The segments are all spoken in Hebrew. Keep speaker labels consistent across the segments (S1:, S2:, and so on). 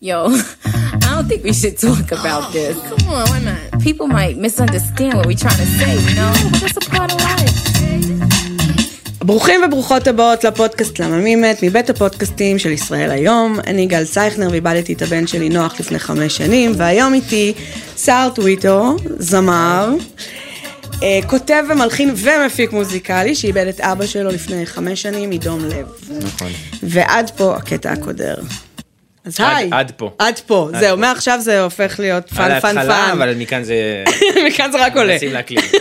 S1: Yo, I don't think we should talk about this.
S2: Come on, why not?
S1: People might misunderstand what we're trying to say, you know? But that's a part of life.
S3: ברוכים וברוכות הבאות לפודקאסט למה מי מת מבית הפודקאסטים של ישראל היום. אני גל צייכנר ואיבדתי את הבן שלי נוח לפני חמש שנים, והיום איתי סער טוויטו, זמר, אה, כותב ומלחין ומפיק מוזיקלי, שאיבד את אבא שלו לפני חמש שנים מדום לב.
S4: נכון.
S3: ועד פה הקטע הקודר. אז
S4: עד-
S3: היי.
S4: עד פה.
S3: עד פה,
S4: עד
S3: זהו,
S4: פה.
S3: מעכשיו זה הופך להיות
S4: על
S3: פאן פאן
S4: ההתחלה,
S3: פאן.
S4: אבל מכאן זה...
S3: מכאן זה רק עולה.
S4: מנסים להקליט.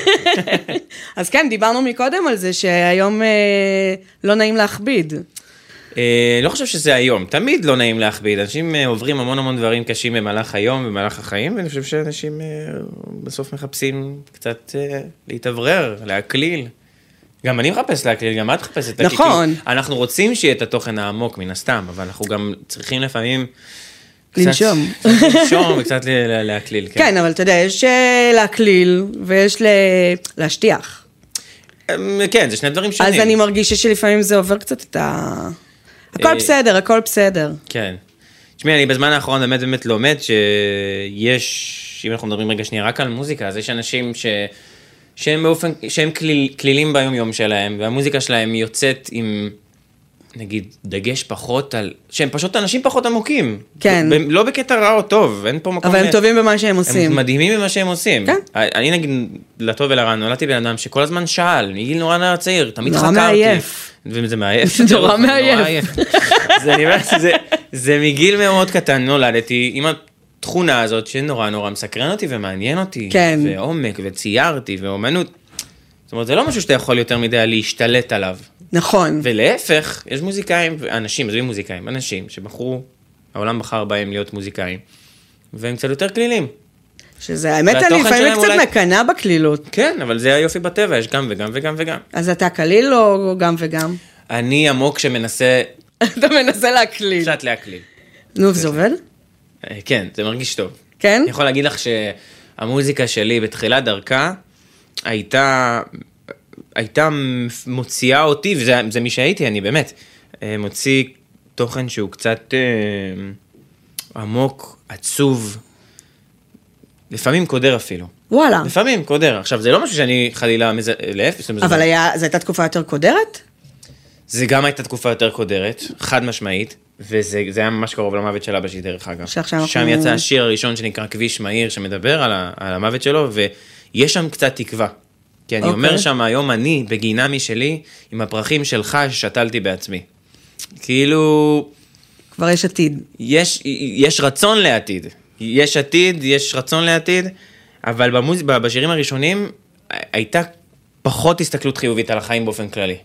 S3: אז כן, דיברנו מקודם על זה שהיום אה, לא נעים להכביד.
S4: אה, לא חושב שזה היום, תמיד לא נעים להכביד, אנשים אה, עוברים המון המון דברים קשים במהלך היום, במהלך החיים, ואני חושב שאנשים אה, בסוף מחפשים קצת אה, להתאוורר, להקליל. גם אני מחפש להקליל, גם את מחפשת להקליל.
S3: נכון.
S4: כי אנחנו רוצים שיהיה את התוכן העמוק מן הסתם, אבל אנחנו גם צריכים לפעמים... קצת-
S3: לנשום.
S4: קצת לנשום וקצת ל- ל- להקליל.
S3: כן, אבל אתה יודע, יש אה, להקליל ויש ל- להשטיח.
S4: אמ, כן, זה שני דברים שונים.
S3: אז אני מרגישה שלפעמים זה עובר קצת את ה... הכל
S4: אה,
S3: בסדר, הכל בסדר.
S4: כן. תשמעי, אני בזמן האחרון באמת באמת לומד שיש, אם אנחנו מדברים רגע שנייה רק על מוזיקה, אז יש אנשים ש... שהם באופן, שהם כליל, כלילים ביום יום שלהם, והמוזיקה שלהם יוצאת עם, נגיד, דגש פחות על, שהם פשוט אנשים פחות עמוקים.
S3: כן.
S4: ב, לא בקטע רע או טוב, אין פה מקום...
S3: אבל הם
S4: ל-
S3: טובים במה שהם עושים.
S4: הם מדהימים במה שהם עושים.
S3: כן.
S4: אני נגיד, לטוב ולרע, נולדתי בן אדם שכל הזמן שאל, מגיל נורא נורא צעיר, תמיד
S3: נורא
S4: חקרתי.
S3: מעייף.
S4: וזה מעייף.
S3: זה נורא מעייף.
S4: זה, אני אומר, זה, זה מגיל מאוד קטן נולדתי עם התכונה הזאת שנורא נורא מסקרן אותי ומעניין אותי.
S3: כן.
S4: ועומק, וציירתי, ואומנות. זאת אומרת, זה לא משהו שאתה יכול יותר מדי להשתלט עליו.
S3: נכון.
S4: ולהפך, יש מוזיקאים, אנשים, עזבי מוזיקאים, אנשים שבחרו, העולם בחר בהם להיות מוזיקאים, והם קצת יותר כלילים.
S3: שזה, האמת, אני
S4: והתוכן
S3: לפעמים
S4: שלהם
S3: קצת
S4: אולי-
S3: מקנאה בקלילות.
S4: כן, אבל זה היופי בטבע, יש גם וגם וגם וגם.
S3: אז אתה קליל או גם וגם?
S4: אני עמוק שמנסה
S3: אתה מנסה להקליל.
S4: קצת להקליל.
S3: נו, וזה עובד?
S4: אה, כן, זה מרגיש טוב.
S3: כן?
S4: אני יכול להגיד לך שהמוזיקה שלי בתחילת דרכה הייתה, הייתה מוציאה אותי, וזה זה מי שהייתי, אני באמת, אה, מוציא תוכן שהוא קצת אה, עמוק, עצוב, לפעמים קודר אפילו.
S3: וואלה.
S4: לפעמים קודר. עכשיו, זה לא משהו שאני חלילה מזה... להפך, זאת אומרת,
S3: אבל היה- זו הייתה תקופה יותר קודרת?
S4: זה גם הייתה תקופה יותר קודרת, חד משמעית, וזה זה היה ממש קרוב למוות של אבא שלי דרך אגב.
S3: שעכשיו
S4: שם
S3: אנחנו-
S4: יצא השיר הראשון שנקרא כביש מהיר, שמדבר על, ה, על המוות שלו, ויש שם קצת תקווה. כי אני
S3: אוקיי.
S4: אומר שם היום אני, בגינה משלי, עם הפרחים שלך ששתלתי בעצמי. כאילו,
S3: כבר יש עתיד.
S4: יש, יש רצון לעתיד. יש עתיד, יש רצון לעתיד, אבל במוז... ב- בשירים הראשונים הי- הייתה פחות הסתכלות חיובית על החיים באופן כללי.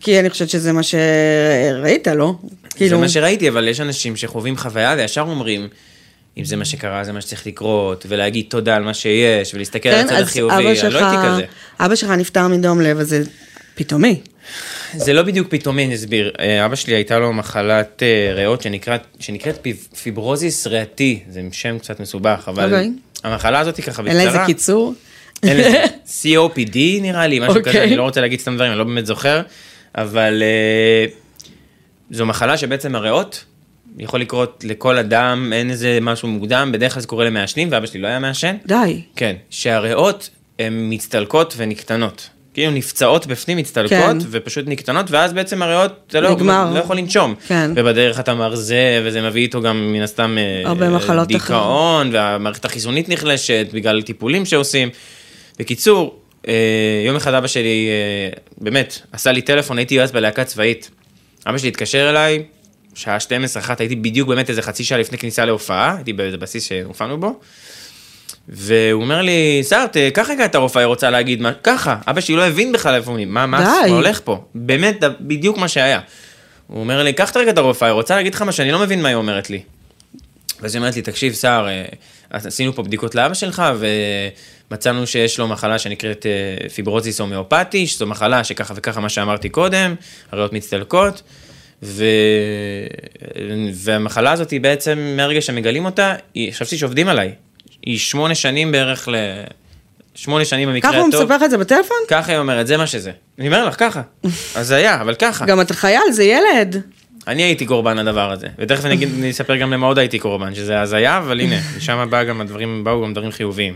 S3: כי אני חושבת שזה מה שראית, לא?
S4: כאילו...
S3: כאילו,
S4: זה מה שראיתי, אבל יש אנשים שחווים חוויה וישר אומרים, אם זה מה שקרה, זה מה שצריך לקרות, ולהגיד תודה על מה שיש, ולהסתכל על
S3: כן,
S4: הצד
S3: אז
S4: החיובי,
S3: אבא
S4: אני
S3: שלך,
S4: לא הייתי כזה.
S3: אבא שלך נפטר מדום לב, אז זה פתאומי.
S4: זה לא בדיוק פתאומי, אני אסביר. אה, אבא שלי הייתה לו מחלת אה, ריאות שנקראת, שנקראת פיב- פיברוזיס ריאתי, זה שם קצת מסובך, אבל
S3: אוקיי.
S4: המחלה הזאת היא ככה
S3: אין
S4: בקצרה.
S3: לה איזה קיצור?
S4: אין לזה. COPD נראה לי, משהו
S3: אוקיי.
S4: כזה, אני לא רוצה להגיד סתם דברים, אני לא באמת זוכר, אבל אה, זו מחלה שבעצם הריאות, יכול לקרות לכל אדם, אין איזה משהו מוקדם, בדרך כלל זה קורה למעשנים, ואבא שלי לא היה מעשן.
S3: די.
S4: כן, שהריאות הן מצטלקות ונקטנות. כאילו נפצעות בפנים, מצטלקות,
S3: כן.
S4: כן. ופשוט נקטנות, ואז בעצם הריאות, אתה לא,
S3: נגמר.
S4: לא יכול לנשום.
S3: כן.
S4: ובדרך אתה מרזה, וזה מביא איתו גם מן הסתם אה,
S3: הרבה מחלות אחרות.
S4: דיכאון, והמערכת החיסונית נחלשת בגלל טיפולים שעושים. בקיצור, אה, יום אחד אבא שלי, אה, באמת, עשה לי טלפון, הייתי אז בלהקה צבאית. אבא שלי התקשר אליי, שעה 12-1, הייתי בדיוק באמת איזה חצי שעה לפני כניסה להופעה, הייתי באיזה בסיס שהופענו בו. והוא אומר לי, סער, תקח רגע את הרופאה, היא רוצה להגיד מה, ככה. אבא שלי לא הבין בכלל איפה הוא, מה, מה,
S3: די.
S4: מה הולך פה? באמת, ד- בדיוק מה שהיה. הוא אומר לי, קח רגע את הרופאה, היא רוצה להגיד לך מה שאני לא מבין מה היא אומרת לי. ואז היא אומרת לי, תקשיב, סער, אה, אז עשינו פה בדיקות לאבא שלך, ומצאנו שיש לו מחלה שנקראת אה, פיברוזיס הומאופתי, שזו מחלה שככה וככה מה שאמרתי קודם, הריאות מצטלקות, ו... והמחלה הזאת היא בעצם, מהרגע שמגלים אותה, היא, חשבתי שעובדים עליי. היא שמונה שנים בערך ל... שמונה שנים במקרה
S3: ככה
S4: הטוב.
S3: הוא מספר לך את זה בטלפון?
S4: אה. ככה היא אומרת, זה מה שזה. אני אומר לך, ככה. אז זה היה, אבל ככה.
S3: גם אתה חייל, זה ילד.
S4: אני הייתי קורבן לדבר הזה, ותכף אני אגיד, אני אספר גם למה עוד הייתי קורבן, שזה הזיה, אבל הנה, משם בא גם הדברים, באו גם דברים חיוביים.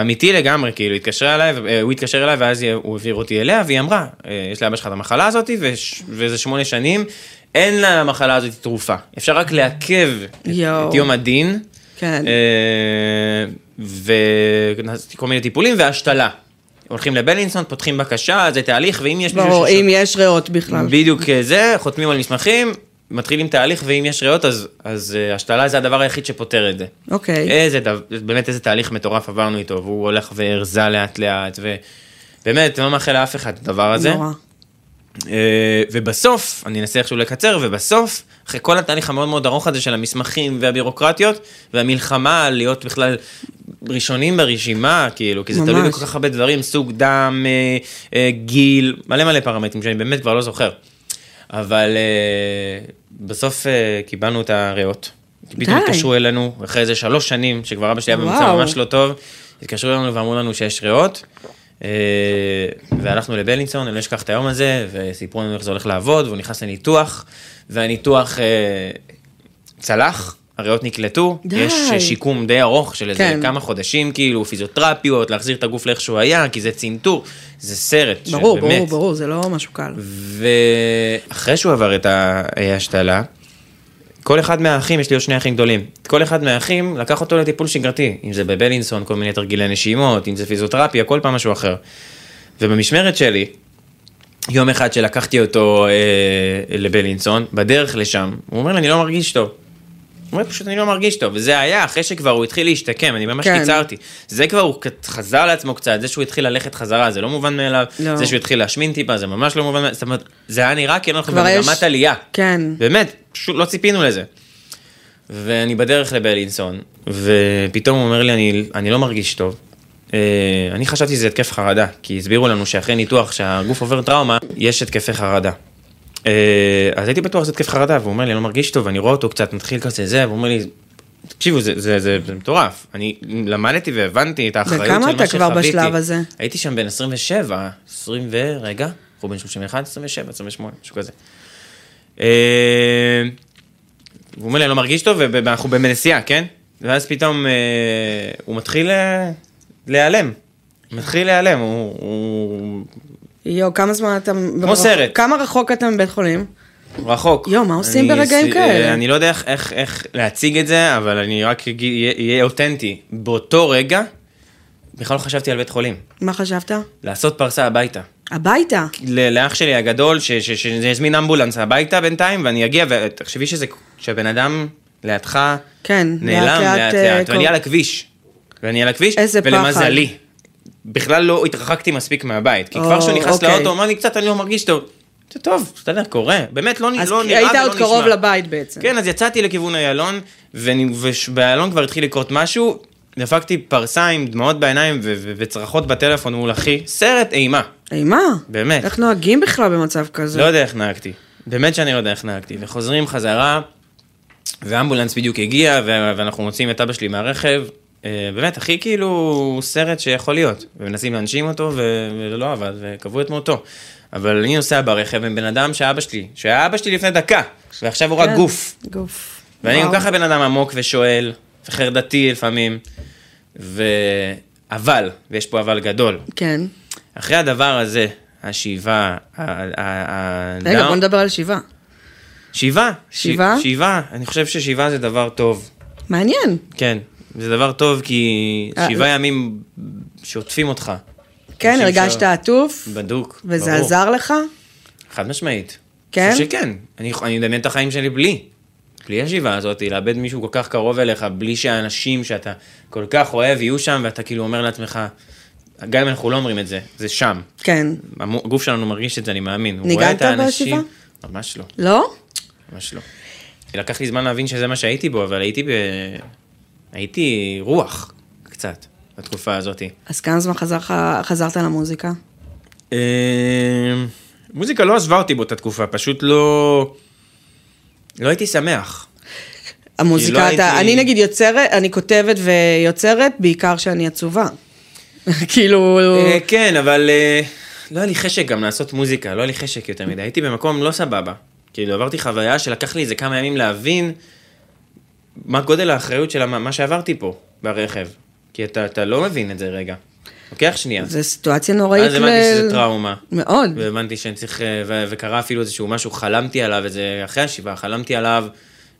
S4: אמיתי לגמרי, כאילו, התקשרה אליי, ו- אה, הוא התקשר אליי, ואז היא- הוא העביר אותי אליה, והיא אמרה, "אה, יש לאבא שלך את המחלה הזאת, וש- וזה שמונה שנים, אין למחלה הזאת תרופה. אפשר רק לעכב את-
S3: יואו.
S4: את יום הדין,
S3: כן.
S4: וכל מיני טיפולים והשתלה. הולכים לבלינסון, פותחים בקשה, זה תהליך, ואם יש מישהו
S3: ברור,
S4: ששו-
S3: אם יש ריאות בכלל.
S4: בדיוק אה, זה, חותמים על מסמכים, מתחילים תהליך, ואם יש ריאות, אז, אז אה, השתלה זה הדבר היחיד שפותר את זה.
S3: אוקיי.
S4: איזה, דו- באמת איזה תהליך מטורף עברנו איתו, והוא הולך והרזה לאט לאט, ובאמת, לא מאחל לאף אחד את הדבר הזה.
S3: נורא.
S4: אה, ובסוף, אני אנסה איכשהו לקצר, ובסוף, אחרי כל התהליך המאוד מאוד ארוך הזה של המסמכים והבירוקרטיות, והמלחמה על להיות בכלל ראשונים ברשימה, כאילו, כי זה
S3: ממש.
S4: תלוי בכל כך הרבה דברים, סוג דם, אה, אה, גיל, מלא מלא פרמטרים שאני באמת כבר לא זוכר. אבל אה, בסוף אה, קיבלנו את הריאות. פתאום
S3: די.
S4: התקשרו אלינו, אחרי איזה שלוש שנים, שכבר אבא שלי היה במצב
S3: וואו.
S4: ממש לא טוב, התקשרו אלינו ואמרו לנו שיש ריאות, אה, והלכנו לבלינסון, אני לא אשכח את היום הזה, וסיפרו לנו איך זה הולך לעבוד, והוא נכנס לניתוח, והניתוח אה, צלח, הריאות נקלטו,
S3: די.
S4: יש אה, שיקום די ארוך של איזה
S3: כן.
S4: כמה חודשים, כאילו פיזיותרפיות, להחזיר את הגוף לאיך שהוא היה, כי זה צנתור, זה סרט,
S3: ברור,
S4: שבאמת,
S3: ברור, ברור, זה לא משהו קל.
S4: ואחרי שהוא עבר את ההשתלה, כל אחד מהאחים, יש לי עוד שני אחים גדולים, כל אחד מהאחים לקח אותו לטיפול שגרתי, אם זה בבלינסון, כל מיני תרגילי נשימות, אם זה פיזיותרפיה, כל פעם משהו אחר. ובמשמרת שלי, יום אחד שלקחתי אותו אה, לבלינסון, בדרך לשם, הוא אומר לי, אני לא מרגיש טוב. הוא אומר, פשוט אני לא מרגיש טוב, וזה היה אחרי שכבר הוא התחיל להשתקם, אני ממש
S3: כן.
S4: קיצרתי. זה כבר, הוא כת- חזר לעצמו קצת, זה שהוא התחיל ללכת חזרה, זה לא מובן מאליו,
S3: לא.
S4: זה שהוא התחיל להשמין טיפה, זה ממש לא מובן מאליו, זאת אומרת, זה היה נראה כאילו אנחנו
S3: כבר יש-
S4: במגמת עלייה.
S3: כן.
S4: באמת, פשוט לא ציפינו לזה. ואני בדרך לבלינסון, ופתאום הוא אומר לי, אני, אני לא מרגיש טוב. אה, אני חשבתי שזה התקף חרדה, כי הסבירו לנו שאחרי ניתוח שהגוף עובר טראומה, יש התקפי חרדה. אה, אז הייתי בטוח שזה התקף חרדה, והוא אומר לי, אני לא מרגיש טוב, אני רואה אותו קצת, מתחיל כזה זה, והוא אומר לי, תקשיבו, זה, זה, זה, זה מטורף. אני למדתי והבנתי את האחריות של מה
S3: וכמה
S4: שחוויתי.
S3: אתה כבר בשלב הזה?
S4: הייתי שם בן 27, 20 ו... רגע, אנחנו בן 31, 27, 28, משהו כזה. אה, הוא אומר לי, אני לא מרגיש טוב, ואנחנו בנסיעה, כן? ואז פתאום אה, הוא מתחיל אה, להיעלם. מתחיל להיעלם, הוא... הוא
S3: יואו, כמה זמן אתם...
S4: כמו סרט.
S3: כמה רחוק אתם מבית חולים?
S4: רחוק.
S3: יואו, מה עושים
S4: אני-
S3: ברגעים
S4: אה,
S3: כאלה?
S4: אני לא יודע איך, איך, איך להציג את זה, אבל אני רק אגיד- אהיה אהיה אותנטי. באותו רגע, בכלל לא חשבתי על בית חולים.
S3: מה חשבת?
S4: לעשות פרסה הביתה.
S3: הביתה.
S4: ל- לאח שלי הגדול, ש- ש- שיזמין אמבולנס הביתה בינתיים, ואני אגיע, ותחשבי שזה, שהבן אדם לידך
S3: כן, לאט
S4: נעלם
S3: לאט,
S4: לאט
S3: אה,
S4: לאט,
S3: כל-
S4: ואני על הכביש. ואני על הכביש,
S3: איזה פחד.
S4: ולמזלי, בכלל לא התרחקתי מספיק מהבית, כי
S3: או,
S4: כבר כשהוא נכנס
S3: אוקיי.
S4: לאוטו, הוא אמר לי קצת, אני לא מרגיש טוב. זה טוב, אתה יודע, קורה, באמת, לא, נ-
S3: אז
S4: לא נראה ולא
S3: היית
S4: נשמע.
S3: עוד קרוב לבית בעצם.
S4: כן, אז יצאתי לכיוון איילון, ובאיילון כבר התחיל לקרות משהו, דפקתי פרסה עם דמעות בעיניים ו- ו- וצרחות בטלפון מול אחי, סרט אימה.
S3: אימה.
S4: באמת.
S3: איך נוהגים בכלל במצב כזה?
S4: לא יודע איך נהגתי. באמת שאני לא יודע איך נהגתי. וחוזרים חזרה, ואמבולנס בדיוק הגיע, ו- ואנחנו מוצאים את אבא שלי מהרכב. אה, באמת, הכי כאילו סרט שיכול להיות. ומנסים להנשים אותו, ו- וזה לא עבד, וקבעו את מותו. אבל אני נוסע ברכב עם בן אדם שאבא שלי, שהיה אבא שלי לפני דקה, ועכשיו הוא רק
S3: כן,
S4: לא, גוף.
S3: גוף.
S4: ואני גם
S3: וואו.
S4: ככה בן אדם עמוק ושואל, וחרדתי לפעמים. ו... אבל, ויש פה אבל גדול,
S3: כן.
S4: אחרי הדבר הזה, השאיבה, ה- ה- ה-
S3: רגע,
S4: הדאון-
S3: בוא נדבר על שבעה.
S4: שאיבה.
S3: שאיבה?
S4: ש- שאיבה, אני חושב ששאיבה זה דבר טוב,
S3: מעניין.
S4: כן. זה דבר טוב כי
S3: אה,
S4: שבעה
S3: לא.
S4: ימים שעוטפים אותך.
S3: כן,
S4: אנשים
S3: הרגשת
S4: ש-
S3: עטוף,
S4: בדוק,
S3: וזה
S4: ברור.
S3: עזר לך?
S4: חד משמעית.
S3: כן?
S4: אני חושב שכן. אני, אני מדמיין את החיים שלי בלי. בלי השבעה הזאת, לאבד מישהו כל כך קרוב אליך, בלי שהאנשים שאתה כל כך אוהב יהיו שם, ואתה כאילו אומר לעצמך, גם אם אנחנו לא אומרים את זה, זה שם.
S3: כן.
S4: המו- הגוף שלנו מרגיש את זה, אני מאמין. הוא
S3: ניגנת
S4: רואה את האנשים-
S3: בשבעה?
S4: ממש לא.
S3: לא?
S4: ממש לא. לקח לי זמן להבין שזה מה שהייתי בו, אבל הייתי ב... הייתי רוח, קצת, בתקופה הזאת.
S3: אז כמה זמן חזר לך- חזרת למוזיקה?
S4: אה, מוזיקה לא עזבה אותי באותה תקופה, פשוט לא... לא הייתי שמח.
S3: המוזיקה,
S4: לא
S3: אתה,
S4: הייתי-
S3: אני נגיד יוצרת, אני כותבת ויוצרת, בעיקר שאני עצובה. כאילו,
S4: אה, כן, אבל אה, לא היה לי חשק גם לעשות מוזיקה, לא היה לי חשק יותר מדי. הייתי במקום לא סבבה. כאילו, עברתי חוויה שלקח לי איזה כמה ימים להבין מה גודל האחריות של המ- מה שעברתי פה, ברכב. כי אתה, אתה לא מבין את זה רגע. לוקח שנייה.
S3: זו סיטואציה נוראית.
S4: אז אה, הבנתי
S3: ל-
S4: שזה טראומה.
S3: מאוד.
S4: והבנתי שאני צריך, אה, ו- וקרה אפילו איזשהו משהו, חלמתי עליו, איזה, אחרי השבעה, חלמתי עליו,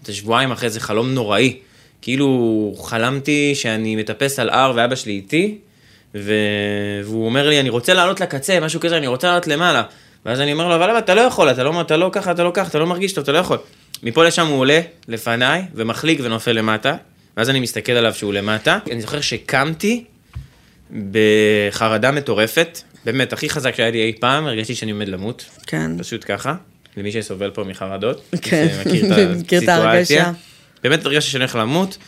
S4: איזה שבועיים אחרי זה חלום נוראי. כאילו, חלמתי שאני מטפס על הר ואבא שלי איתי, ו... והוא אומר לי, אני רוצה לעלות לקצה, משהו כזה, אני רוצה לעלות למעלה. ואז אני אומר לו, אבל אבא, אתה לא יכול, אתה לא, אתה לא ככה, אתה לא ככה, אתה לא מרגיש טוב, אתה לא יכול. מפה לשם הוא עולה, לפניי, ומחליק ונופל למטה, ואז אני מסתכל עליו שהוא למטה. אני זוכר שקמתי, בחרדה מטורפת, באמת, הכי חזק שהיה לי אי פעם, הרגשתי שאני עומד למות,
S3: כן.
S4: פשוט ככה, למי שסובל פה מחרדות,
S3: כן.
S4: שמכיר את
S3: מכיר את
S4: הסיטואציה.
S3: ההרגשה.
S4: באמת הרגשתי שאני הולך למות,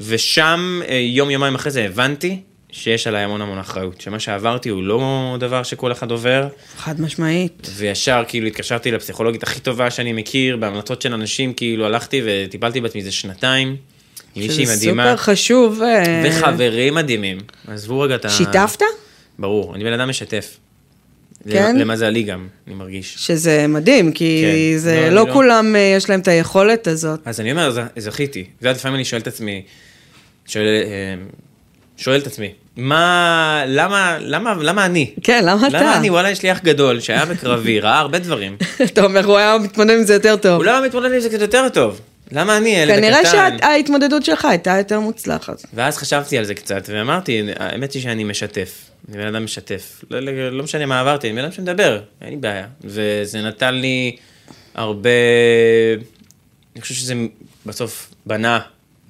S4: ושם, אה, יום-יומיים אחרי זה, הבנתי שיש עליי המון המון אחריות, שמה שעברתי הוא לא דבר שכל אחד עובר,
S3: חד משמעית.
S4: וישר כאילו התקשרתי לפסיכולוגית הכי טובה שאני מכיר, בהמלצות של אנשים, כאילו הלכתי וטיפלתי בעצמי איזה שנתיים, עם מישהי
S3: שזה
S4: מדהימה,
S3: סופר חשוב. אה,
S4: וחברים מדהימים. עזבו רגע את ה...
S3: שיתפת?
S4: ברור, אני בן אדם משתף.
S3: כן?
S4: למזלי גם, אני מרגיש.
S3: שזה מדהים, כי
S4: כן.
S3: זה
S4: לא,
S3: לא,
S4: אני לא-
S3: כולם אה, יש להם את היכולת הזאת.
S4: אז אני אומר, ז- זכיתי. זה יודעת, לפעמים אני שואל את עצמי, שואל, אה, שואל את עצמי, מה, למה, למה, למה אני?
S3: כן, למה אתה?
S4: למה אני? וואלה, יש לי אח גדול שהיה בקרבי, ראה הרבה דברים.
S3: אתה אומר, הוא היה מתמודד עם זה יותר טוב.
S4: אולי הוא מתמודד עם זה קצת יותר טוב. למה אני, ילד הקטן?
S3: כנראה שההתמודדות שלך הייתה יותר מוצלחת.
S4: ואז חשבתי על זה קצת, ואמרתי, האמת היא שאני משתף. אני בן אדם משתף. לא, לא, לא משנה מה עברתי, אני בן אדם שמדבר, אין לי בעיה. וזה נתן לי הרבה... אני חושב שזה בסוף בנה,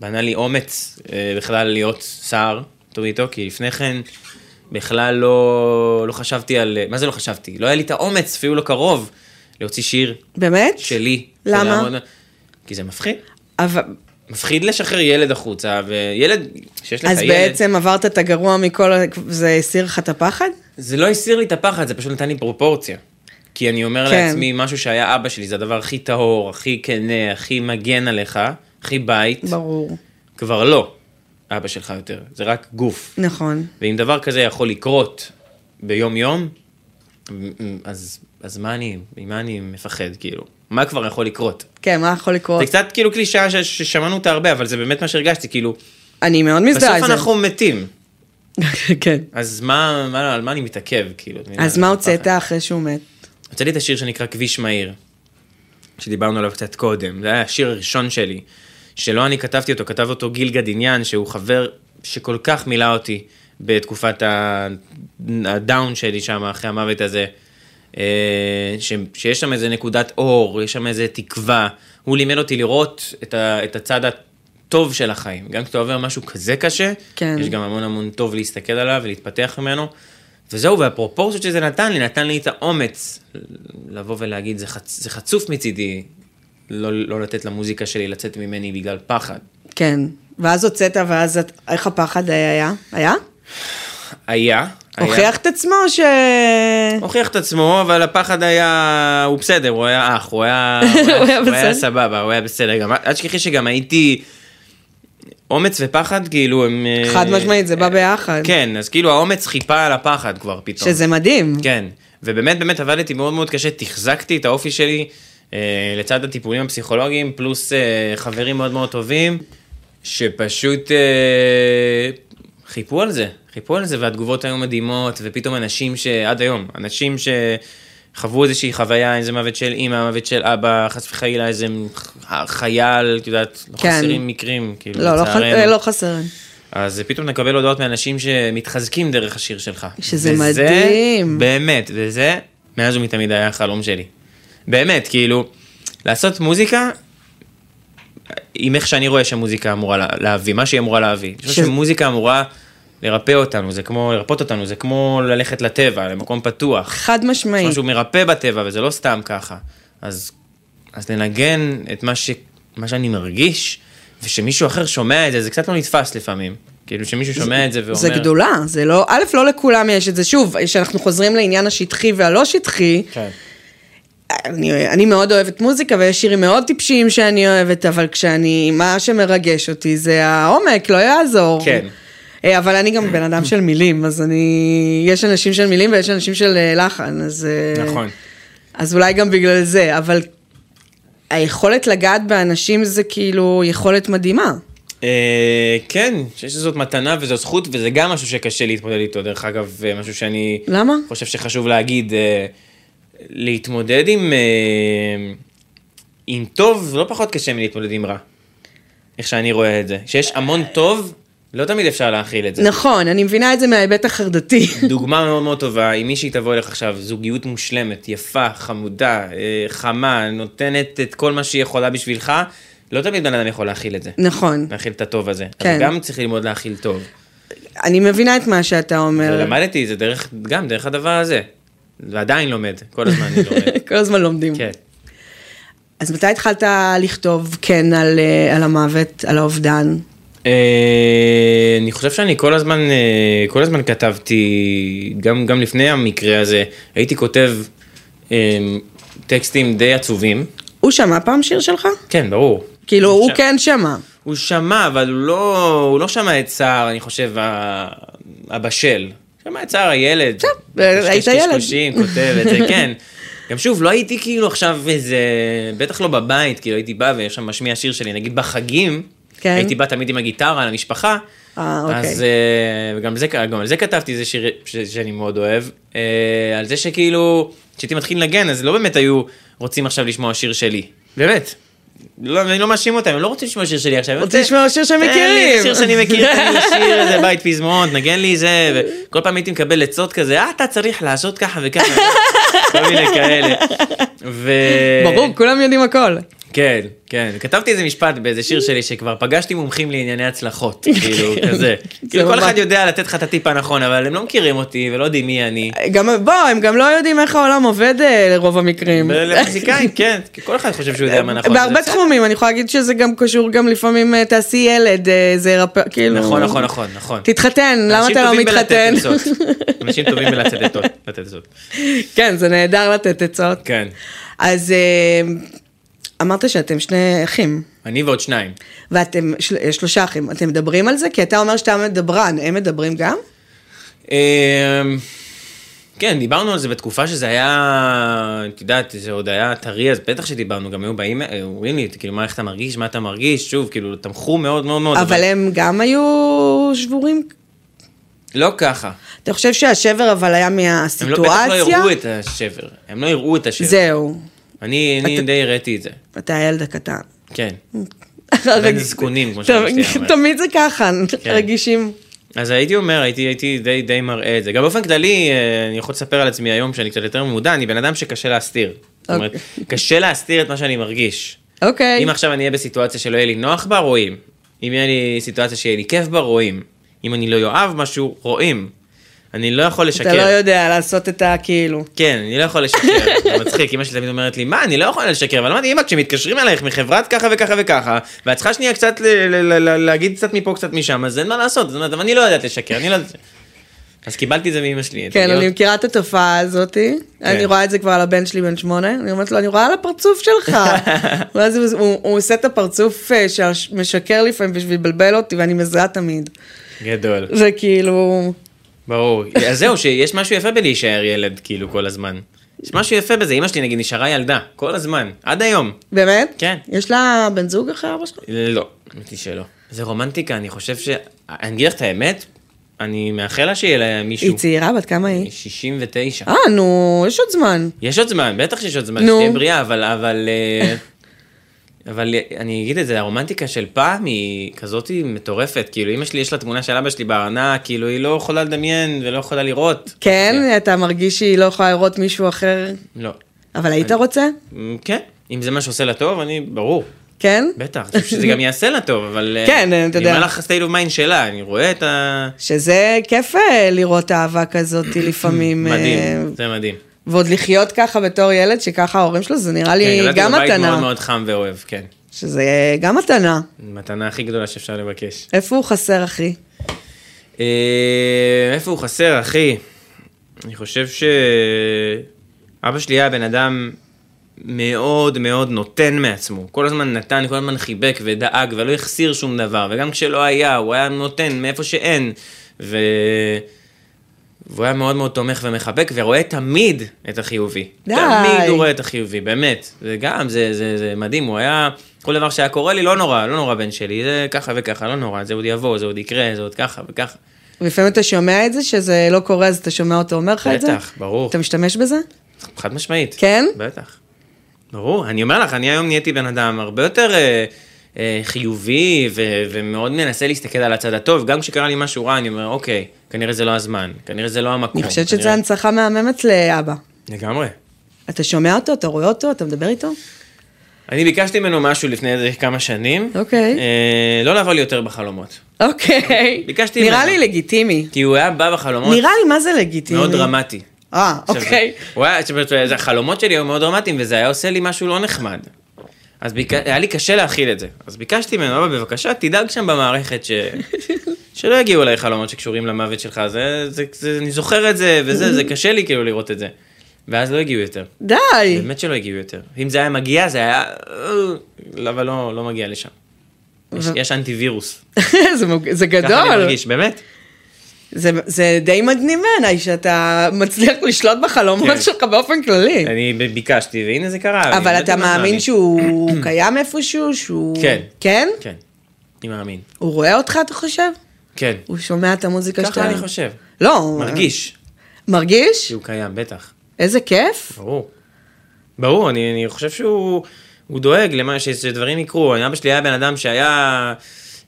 S4: בנה לי אומץ אה, בכלל להיות שר, טוב איתו, כי לפני כן בכלל לא, לא חשבתי על... מה זה לא חשבתי? לא היה לי את האומץ, אפילו לא קרוב, להוציא שיר
S3: באמת?
S4: שלי.
S3: למה?
S4: ולעמוד- כי זה מפחיד.
S3: אבל...
S4: מפחיד לשחרר ילד החוצה, וילד, שיש לך
S3: אז
S4: ילד,
S3: בעצם עברת את הגרוע מכל, ה- זה הסיר לך את הפחד?
S4: זה לא הסיר לי את הפחד, זה פשוט נתן לי פרופורציה. כי אני אומר
S3: כן.
S4: לעצמי, משהו שהיה אבא שלי, זה הדבר הכי טהור, הכי כנה, הכי מגן עליך, הכי בית,
S3: ברור.
S4: כבר לא אבא שלך יותר, זה רק גוף.
S3: נכון.
S4: ואם דבר כזה יכול לקרות ביום-יום, אז, אז מה אני, ממה אני מפחד, כאילו? מה כבר יכול לקרות?
S3: כן, מה יכול לקרות?
S4: זה קצת כאילו קלישאה ש- ששמענו אותה הרבה, אבל זה באמת מה שהרגשתי, כאילו,
S3: אני מאוד מזדהה עם
S4: בסוף
S3: זה.
S4: אנחנו מתים.
S3: כן.
S4: אז מה, מה, על מה אני מתעכב, כאילו? אתה מבין?
S3: אז מה הוצאת אחרי שהוא מת?
S4: הוצאתי את השיר שנקרא כביש מהיר, שדיברנו עליו קצת קודם. זה היה השיר הראשון שלי, שלא אני כתבתי אותו, כתב אותו גיל גדיניאן, שהוא חבר שכל כך מילא אותי בתקופת ה- הדאון שלי שם, אחרי המוות הזה. אה, ש, שיש שם איזה נקודת אור, יש שם איזה תקווה. הוא לימד אותי לראות את, ה, את הצד הטוב של החיים. גם כשאתה עובר משהו כזה קשה,
S3: כן.
S4: יש גם המון המון טוב להסתכל עליו ולהתפתח ממנו. וזהו, והפרופורציות שזה נתן לי, נתן לי את האומץ לבוא ולהגיד, זה, חצ, זה חצוף מצידי לא, לא לתת למוזיקה שלי לצאת ממני בגלל פחד.
S3: כן. ואז הוצאת, ואז את- איך הפחד היה? היה?
S4: היה, היה.
S3: הוכיח את עצמו ש...
S4: הוכיח את עצמו, אבל הפחד היה, הוא בסדר, הוא היה אח, הוא היה,
S3: הוא היה
S4: הוא היה
S3: בסדר.
S4: סבבה, הוא היה בסדר. גם, אל תשכחי שגם הייתי, אומץ ופחד, כאילו הם... אה,
S3: חד משמעית, זה בא ביחד.
S4: כן, אז כאילו האומץ חיפה על הפחד כבר פתאום.
S3: שזה מדהים.
S4: כן, ובאמת באמת עבדתי מאוד מאוד קשה, תחזקתי את האופי שלי אה, לצד הטיפולים הפסיכולוגיים, פלוס אה, חברים מאוד מאוד טובים, שפשוט אה, חיפו על זה, חיפו על זה, והתגובות היו מדהימות, ופתאום אנשים ש... עד היום, אנשים ש... חוו איזושהי חוויה, איזה מוות של אימא, מוות של אבא, חס וחלילה איזה חייל, את יודעת, לא
S3: כן.
S4: חסרים מקרים, כאילו,
S3: לא, לא ח-
S4: לצערנו.
S3: אה, לא חסר.
S4: אז פתאום נקבל הודעות מאנשים שמתחזקים דרך השיר שלך.
S3: שזה
S4: וזה,
S3: מדהים.
S4: באמת, וזה מאז ומתמיד היה החלום שלי. באמת, כאילו, לעשות מוזיקה עם איך שאני רואה שמוזיקה אמורה לה- להביא, מה שהיא אמורה להביא. אני חושב
S3: ש-
S4: שמוזיקה אמורה לרפא אותנו, זה כמו, לרפות אותנו, זה כמו ללכת לטבע, למקום פתוח.
S3: חד
S4: יש
S3: משמעית.
S4: משהו מרפא בטבע, וזה לא סתם ככה. אז, אז לנגן את מה, ש, מה שאני מרגיש, ושמישהו אחר שומע את זה, זה קצת לא נתפס לפעמים. כאילו שמישהו שומע את זה ואומר...
S3: זה גדולה, זה לא, א', לא לכולם יש את זה. שוב, כשאנחנו חוזרים לעניין השטחי והלא שטחי,
S4: כן.
S3: אני, אני מאוד אוהבת מוזיקה ויש שירים מאוד טיפשיים שאני אוהבת, אבל כשאני, מה שמרגש אותי זה העומק, לא יעזור.
S4: כן.
S3: אה, אבל אני גם בן אדם של מילים, אז אני, יש אנשים של מילים ויש אנשים של אה, לחן, אז... אה,
S4: נכון.
S3: אז אולי גם בגלל זה, אבל היכולת לגעת באנשים זה כאילו יכולת מדהימה.
S4: אה, כן, שיש לזאת מתנה וזו זכות, וזה גם משהו שקשה להתמודד איתו, דרך אגב, אה, משהו שאני...
S3: למה?
S4: חושב שחשוב להגיד, אה, להתמודד עם... אה, עם טוב, זה לא פחות קשה מלהתמודד עם רע. איך שאני רואה את זה. שיש המון טוב, לא תמיד אפשר להכיל את זה.
S3: נכון, אני מבינה את זה מההיבט החרדתי.
S4: דוגמה מאוד מאוד טובה, אם מישהי תבוא אליך עכשיו, זוגיות מושלמת, יפה, חמודה, אה, חמה, נותנת את כל מה שהיא יכולה בשבילך, לא תמיד בן אדם יכול להכיל את זה.
S3: נכון.
S4: להכיל את הטוב הזה.
S3: כן.
S4: כן. אז גם צריך ללמוד להכיל טוב.
S3: אני מבינה את מה שאתה אומר.
S4: ולמדתי את זה דרך, גם דרך הדבר הזה. ועדיין לומד, כל הזמן אני לומד.
S3: כל הזמן לומדים.
S4: כן.
S3: אז מתי התחלת לכתוב כן על, אה, על המוות, על האובדן?
S4: אה, אני חושב שאני כל הזמן, אה, כל הזמן כתבתי, גם, גם לפני המקרה הזה, הייתי כותב אה, טקסטים די עצובים.
S3: הוא שמע פעם שיר שלך?
S4: כן, ברור.
S3: כאילו, הוא
S4: ש-
S3: כן שמע.
S4: הוא שמע, אבל הוא לא, הוא לא שמע את צער, אני חושב, ה- הבשל. שמע את צער הילד.
S3: טוב, אה, היית
S4: קשקש
S3: ילד.
S4: קשקושים, כותב את זה, כן. גם שוב, לא הייתי כאילו עכשיו איזה, בטח לא בבית, כאילו הייתי בא ועכשיו משמיע שיר שלי, נגיד בחגים,
S3: כן.
S4: הייתי בא תמיד עם הגיטרה למשפחה.
S3: אה, אוקיי.
S4: אז אה, גם, זה, גם על זה כתבתי, זה שיר ש, שאני מאוד אוהב. אה, על זה שכאילו, כשהייתי מתחיל לנגן, אז לא באמת היו רוצים עכשיו לשמוע שיר שלי. באמת. לא, אני לא מאשים אותם, הם לא רוצים לשמוע שיר שלי עכשיו. הם
S3: רוצים לשמוע שיר שהם
S4: תן לי
S3: מכירים.
S4: איזה שיר שאני מכיר, תן לי שיר, איזה בית פזמון, נגן לי זה, וכל פעם הייתי מקבל עצות כזה, אה, אתה צריך לעשות ככה וככה, כל מיני כאלה. ו...
S3: ברור, כולם יודעים הכל.
S4: כן, כן. כתבתי איזה משפט באיזה שיר שלי, שכבר פגשתי מומחים לענייני הצלחות, כאילו, כזה. כאילו,
S3: כן.
S4: כל
S3: ממש-
S4: אחד יודע לתת לך את הטיפ הנכון, אבל הם לא מכירים אותי ולא יודעים מי אני.
S3: גם, בוא, הם גם לא יודעים איך העולם עובד אה, לרוב המקרים.
S4: ולמוזיקאים, כן, כי כל אחד חושב שהוא יודע מה נכון. זה
S3: בהרבה
S4: בסדר.
S3: תחומים, אני יכולה להגיד שזה גם קשור גם לפעמים, אה, תעשי ילד, אה, זה ירפא, כאילו...
S4: נכון, נכון, נכון, נכון.
S3: תתחתן, למה
S4: אנשים
S3: אתה לא
S4: טובים בלתת
S3: מתחתן?
S4: עצות. אנשים טובים בלתת עצות, לתת עצות.
S3: כן, זה נהדר לתת עצות.
S4: כן.
S3: אז אה, אמרת שאתם שני אחים, של-
S4: אני ועוד שניים.
S3: ואתם של- אה, שלושה אחים, אתם מדברים על זה? כי אתה אומר שאתה מדברן, הם מדברים גם?
S4: אמ, כן, דיברנו על זה בתקופה שזה היה, את יודעת, זה עוד היה טרי, אז בטח שדיברנו, גם היו באים, אה, אומרים לי, כאילו, מה, איך אתה מרגיש, מה אתה מרגיש, שוב, כאילו, תמכו מאוד מאוד מאוד.
S3: אבל הם גם היו שבורים?
S4: לא ככה.
S3: אתה חושב שהשבר אבל היה
S4: הם לא, בטח לא
S3: מהסיטואציה?
S4: הראו את השבר. הם לא הראו את השבר.
S3: זהו,
S4: אני, אני
S3: אתה-
S4: די הראתי את זה,
S3: אתה הילד הקטן.
S4: כן. בין זקונים, כמו שאמא שלי אומרת.
S3: תמיד זה ככה,
S4: כן.
S3: רגישים.
S4: אז הייתי אומר, הייתי, הייתי די, די מראה את זה. גם באופן כללי, אה, אני יכול לספר על עצמי היום שאני קצת יותר מודע, אני בן אדם שקשה להסתיר. זאת אומרת, קשה להסתיר את מה שאני מרגיש.
S3: אוקיי.
S4: אם עכשיו אני אהיה בסיטואציה שלא יהיה לי נוח בה, רואים. אם יהיה לי סיטואציה שיהיה לי כיף בה, רואים. אם אני לא אוהב משהו, רואים. אני לא יכול לשקר.
S3: אתה לא יודע לעשות את כאילו. הכאילו.
S4: כן, אני לא יכול לשקר. זה מצחיק, אמא שלי תמיד אומרת לי, מה, אני לא יכולה לשקר. אבל אמרתי, אמא, כשמתקשרים אלייך מחברת ככה וככה וככה, ואת צריכה שנייה קצת ל- ל- ל- ל- להגיד קצת מפה, קצת משם, אז אין מה לעשות. זאת אומרת, אבל אני לא יודעת לשקר, אני לא יודעת... אז קיבלתי את זה מאמא שלי. את
S3: כן,
S4: יודעת?
S3: אני מכירה את התופעה הזאתי.
S4: כן.
S3: אני רואה את זה כבר על הבן שלי בן שמונה, אני אומרת לו, אני רואה על הפרצוף שלך. ואז הוא- הוא הוא עושה את הפרצוף אה, שמשקר לפעמים בשביל לבלבל אותי, ואני מזהה תמיד.
S4: גדול.
S3: זה כאילו...
S4: ברור. אז זהו, שיש משהו יפה בלהישאר ילד, כאילו, כל הזמן. יש משהו יפה בזה, אמא שלי נגיד נשארה ילדה, כל הזמן, עד היום.
S3: באמת?
S4: כן.
S3: יש לה בן זוג אחרי אבא שלך?
S4: לא, האמת היא שלא. זה רומנטיקה, אני חושב ש... אני אגיד לך את האמת, אני מאחל לה שיהיה לה מישהו.
S3: היא צעירה, בת כמה היא?
S4: 69.
S3: אה, נו, יש עוד זמן.
S4: יש עוד זמן, בטח שיש עוד זמן,
S3: נו.
S4: שתהיה בריאה, אבל... אבל... אה, אבל אני אגיד את זה, הרומנטיקה של פעם היא כזאת היא מטורפת, כאילו אמא שלי יש לה תמונה של אבא שלי בארנק, כאילו היא לא יכולה לדמיין ולא יכולה לראות.
S3: כן? אתה מרגיש שהיא לא יכולה לראות מישהו אחר?
S4: לא.
S3: אבל היית רוצה?
S4: אמ, כן, אם זה מה שעושה לה טוב, אני, ברור,
S3: כן?
S4: בטח, אני חושב שזה גם יעשה לה טוב, אבל... אה,
S3: כן, אתה יודע.
S4: אני אומר לך הסטייל אוף מיינד שלה, אני רואה את ה...
S3: שזה כיף אה, לראות אהבה כזאת לפעמים. אה,
S4: מדהים, זה מדהים.
S3: ועוד לחיות ככה בתור ילד, שככה ההורים שלו, זה נראה לי
S4: כן,
S3: גם
S4: גדלתי בבית מאוד
S3: מתנה.
S4: מאוד חם ואוהב, כן.
S3: שזה אה, גם מתנה.
S4: מתנה הכי גדולה שאפשר לבקש.
S3: איפה הוא חסר, אחי?
S4: אה, איפה הוא חסר, אחי? אני חושב ש... אבא שלי היה בן אדם מאוד מאוד נותן מעצמו. כל הזמן נתן, כל הזמן חיבק ודאג ולא החסיר שום דבר. וגם כשלא היה, הוא היה נותן מאיפה שאין. ו... והוא היה מאוד מאוד תומך ומחבק, ורואה תמיד את החיובי.
S3: די.
S4: תמיד הוא רואה את החיובי, באמת. זה גם, זה, זה, זה מדהים, הוא היה... כל דבר שהיה קורה לי, לא נורא, לא נורא בן שלי, זה ככה וככה, לא נורא, זה עוד יבוא, זה עוד יקרה, זה עוד ככה וככה.
S3: ולפעמים אתה שומע את זה, שזה לא קורה, אז אתה שומע אותו אומר לך את זה?
S4: בטח, נכון, ברור.
S3: אתה משתמש בזה?
S4: חד משמעית.
S3: כן?
S4: בטח. ברור, אני אומר לך, אני היום נהייתי בן אדם הרבה יותר אה, אה, חיובי ו- ומאוד מנסה להסתכל על הצד הטוב, גם כשקרה לי משהו רע, אני אומר, אוקיי, כנראה זה לא הזמן, כנראה זה לא המקום.
S3: אני חושבת
S4: כנראה-"
S3: שזו הנצחה מהממת לאבא.
S4: לגמרי.
S3: אתה שומע אותו, אתה רואה אותו, אתה מדבר איתו?
S4: אני ביקשתי ממנו משהו לפני איזה כמה שנים.
S3: אוקיי.
S4: אה, לא לבוא לי יותר בחלומות.
S3: אוקיי.
S4: ביקשתי
S3: נראה
S4: ממנו.
S3: לי לגיטימי.
S4: כי הוא היה בא בחלומות
S3: נראה לי מה זה לגיטימי.
S4: מאוד דרמטי.
S3: אה,
S4: עכשיו,
S3: אוקיי.
S4: זה- הוא היה, זאת אומרת, זה- החלומות שלי היו מאוד דרמטיים, וזה היה עושה לי משהו לא נחמד. אז ביק... היה לי קשה להכיל את זה. אז ביקשתי ממנו, אבא, בבקשה, תדאג שם במערכת ש... שלא יגיעו אליי חלומות שקשורים למוות שלך. זה, זה, זה, אני זוכר את זה, וזה, זה קשה לי כאילו לראות את זה. ואז לא הגיעו יותר.
S3: אה. די.
S4: באמת שלא הגיעו יותר. אם זה היה מגיע, זה היה... לא, אבל לא, לא מגיע לשם. יש,
S3: ו-
S4: יש אנטיווירוס.
S3: זה מוג- זה
S4: ככה אני
S3: גדול.
S4: מרגיש, באמת.
S3: זה- זה די מדהים בעיניי שאתה מצליח לשלוט בחלומות
S4: כן.
S3: שלך באופן כללי.
S4: אני ב- ביקשתי, והנה זה לא קרה. אני
S3: אה. אבל
S4: באמת
S3: אתה
S4: באמת
S3: מאמין שהוא קיים איפשהו? שהוא...
S4: כן.
S3: כן?
S4: כן, אני מאמין.
S3: הוא רואה אותך, אתה חושב?
S4: כן.
S3: הוא שומע את המוזיקה שאתה...
S4: ככה אני חושב.
S3: לא, הוא-
S4: מרגיש
S3: מרגיש?
S4: שהוא קיים, בטח.
S3: איזה כיף.
S4: ברור. ברור, אני, אני חושב שהוא הוא דואג למה ש, שדברים יקרו. אני- אבא שלי היה בן אדם שהיה...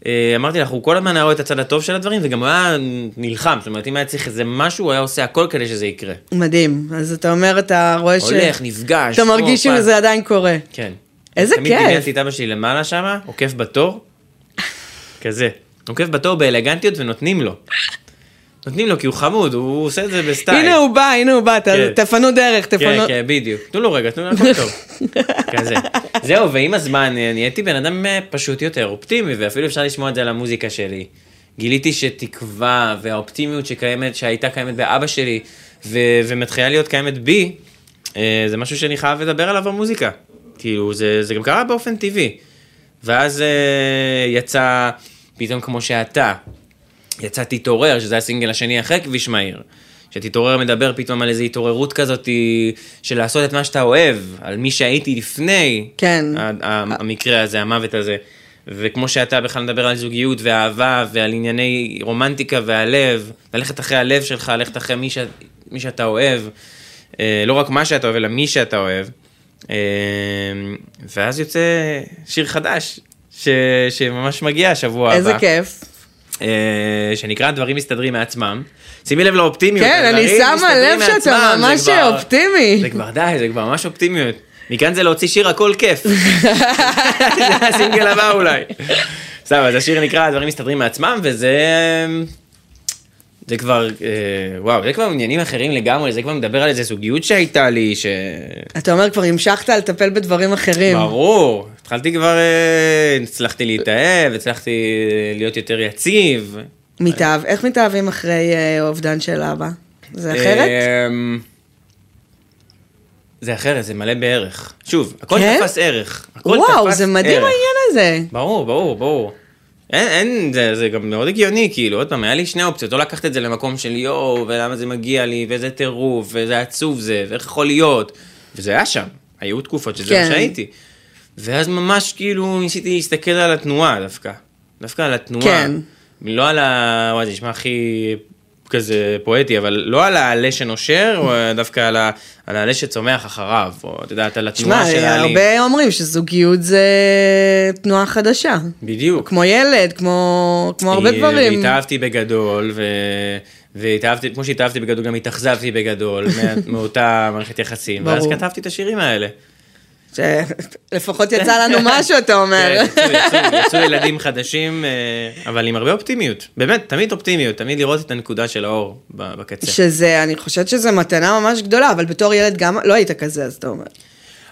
S4: אה, אמרתי לך, הוא כל הזמן היה רואה את הצד הטוב של הדברים, וגם הוא היה נלחם. זאת אומרת, אם היה צריך איזה משהו, הוא היה עושה הכל כדי שזה יקרה.
S3: מדהים. אז אתה אומר, אתה רואה ש...
S4: הולך, נפגש.
S3: אתה מרגיש
S4: הופה.
S3: שזה עדיין קורה.
S4: כן.
S3: איזה
S4: תמיד
S3: כיף.
S4: דמיינתי את אבא שלי למעלה שמה, עוקף בתור, כזה. עוקף בתור באלגנטיות ונותנים לו. נותנים לו כי הוא חמוד, הוא עושה את זה בסטייל.
S3: הנה הוא בא, הנה הוא בא, ת-
S4: כן.
S3: תפנו דרך,
S4: כן,
S3: תפנו...
S4: כן, בדיוק. תנו לו רגע, תנו לו הכל טוב. כזה. זהו, ועם הזמן אה, נהייתי בן אדם אה, פשוט יותר אופטימי, ואפילו אפשר לשמוע את זה על המוזיקה שלי. גיליתי שתקווה והאופטימיות שקיימת, שהייתה קיימת באבא שלי, ו- ומתחילה להיות קיימת בי, אה, זה משהו שאני חייב לדבר עליו במוזיקה. כאילו, זה, זה גם קרה באופן טבעי. ואז אה, יצא פתאום כמו שאתה, יצא תתעורר, שזה הסינגל השני אחרי כביש מהיר. שתתעורר מדבר פתאום על איזו התעוררות כזאת היא, של לעשות את מה שאתה אוהב, על מי שהייתי לפני
S3: כן.
S4: ה- ה- המקרה הזה, המוות הזה. וכמו שאתה בכלל מדבר על זוגיות ואהבה ועל ענייני רומנטיקה והלב, ללכת אחרי הלב שלך, ללכת אחרי מי, ש... מי שאתה אוהב, אה, לא רק מה שאתה אוהב, אלא מי שאתה אוהב. אה, ואז יוצא שיר חדש, ש... שממש מגיע השבוע הבא.
S3: איזה כיף.
S4: אה, שנקרא דברים מסתדרים מעצמם. שימי לב לאופטימיות.
S3: כן, אני
S4: הדברים
S3: שמה
S4: מסתדרים
S3: לב שאתה
S4: מעצמם, זה
S3: ממש
S4: כבר-
S3: אופטימי.
S4: זה כבר די, זה כבר ממש אופטימיות. מכאן זה להוציא שיר הכל כיף. זה הסינגל הבא אולי. סתם, אז השיר נקרא הדברים מסתדרים מעצמם, וזה... זה כבר, אה, וואו, זה כבר עניינים אחרים לגמרי, זה כבר מדבר על איזה זוגיות שהייתה לי, ש...
S3: אתה אומר, כבר המשכת לטפל בדברים אחרים.
S4: ברור, התחלתי כבר, אה, הצלחתי להתאהב, הצלחתי להיות יותר יציב,
S3: מתאהב, איך מתאהבים אחרי אה, אובדן של אבא?
S4: אה,
S3: זה אחרת?
S4: אמ, זה אחרת, זה מלא בערך. שוב, הכל
S3: כן?
S4: תפס ערך. הכל
S3: וואו,
S4: תפס
S3: זה מדהים
S4: ערך.
S3: העניין הזה.
S4: ברור, ברור, ברור. אין, אין, זה, זה גם מאוד הגיוני, כאילו, עוד פעם, היה לי שני אופציות, או לקחת את זה למקום של יואו, ולמה זה מגיע לי, ואיזה טירוף, ואיזה עצוב זה, ואיך יכול להיות. וזה היה שם, היו תקופות שזה מה
S3: כן.
S4: שהייתי. ואז ממש כאילו ניסיתי להסתכל על התנועה דווקא. דווקא על התנועה.
S3: כן.
S4: לא על ה... וואי, זה נשמע הכי כזה פואטי, אבל לא על העלה שנושר, או דווקא על ה- על העלה שצומח אחריו, או את יודעת, על
S3: תשמע,
S4: התנועה של העלים.
S3: אה, הרבה אומרים שזוגיות זה תנועה חדשה.
S4: בדיוק.
S3: כמו ילד, כמו, כמו הרבה
S4: אה,
S3: דברים.
S4: והתאהבתי בגדול, ו... והתאהבתי, כמו שהתאהבתי בגדול, גם התאכזבתי בגדול, מה- מאותה מערכת יחסים, ואז
S3: ברור.
S4: כתבתי את השירים האלה.
S3: שלפחות יצא לנו משהו, אתה אומר.
S4: כן, יצאו- יצאו- יצאו ילדים חדשים, אה, אבל עם הרבה אופטימיות, באמת, תמיד אופטימיות, תמיד לראות את הנקודה של האור ב- בקצה.
S3: שזה, אני חושבת שזו מתנה ממש גדולה, אבל בתור ילד גם לא היית כזה, אז אתה אומר.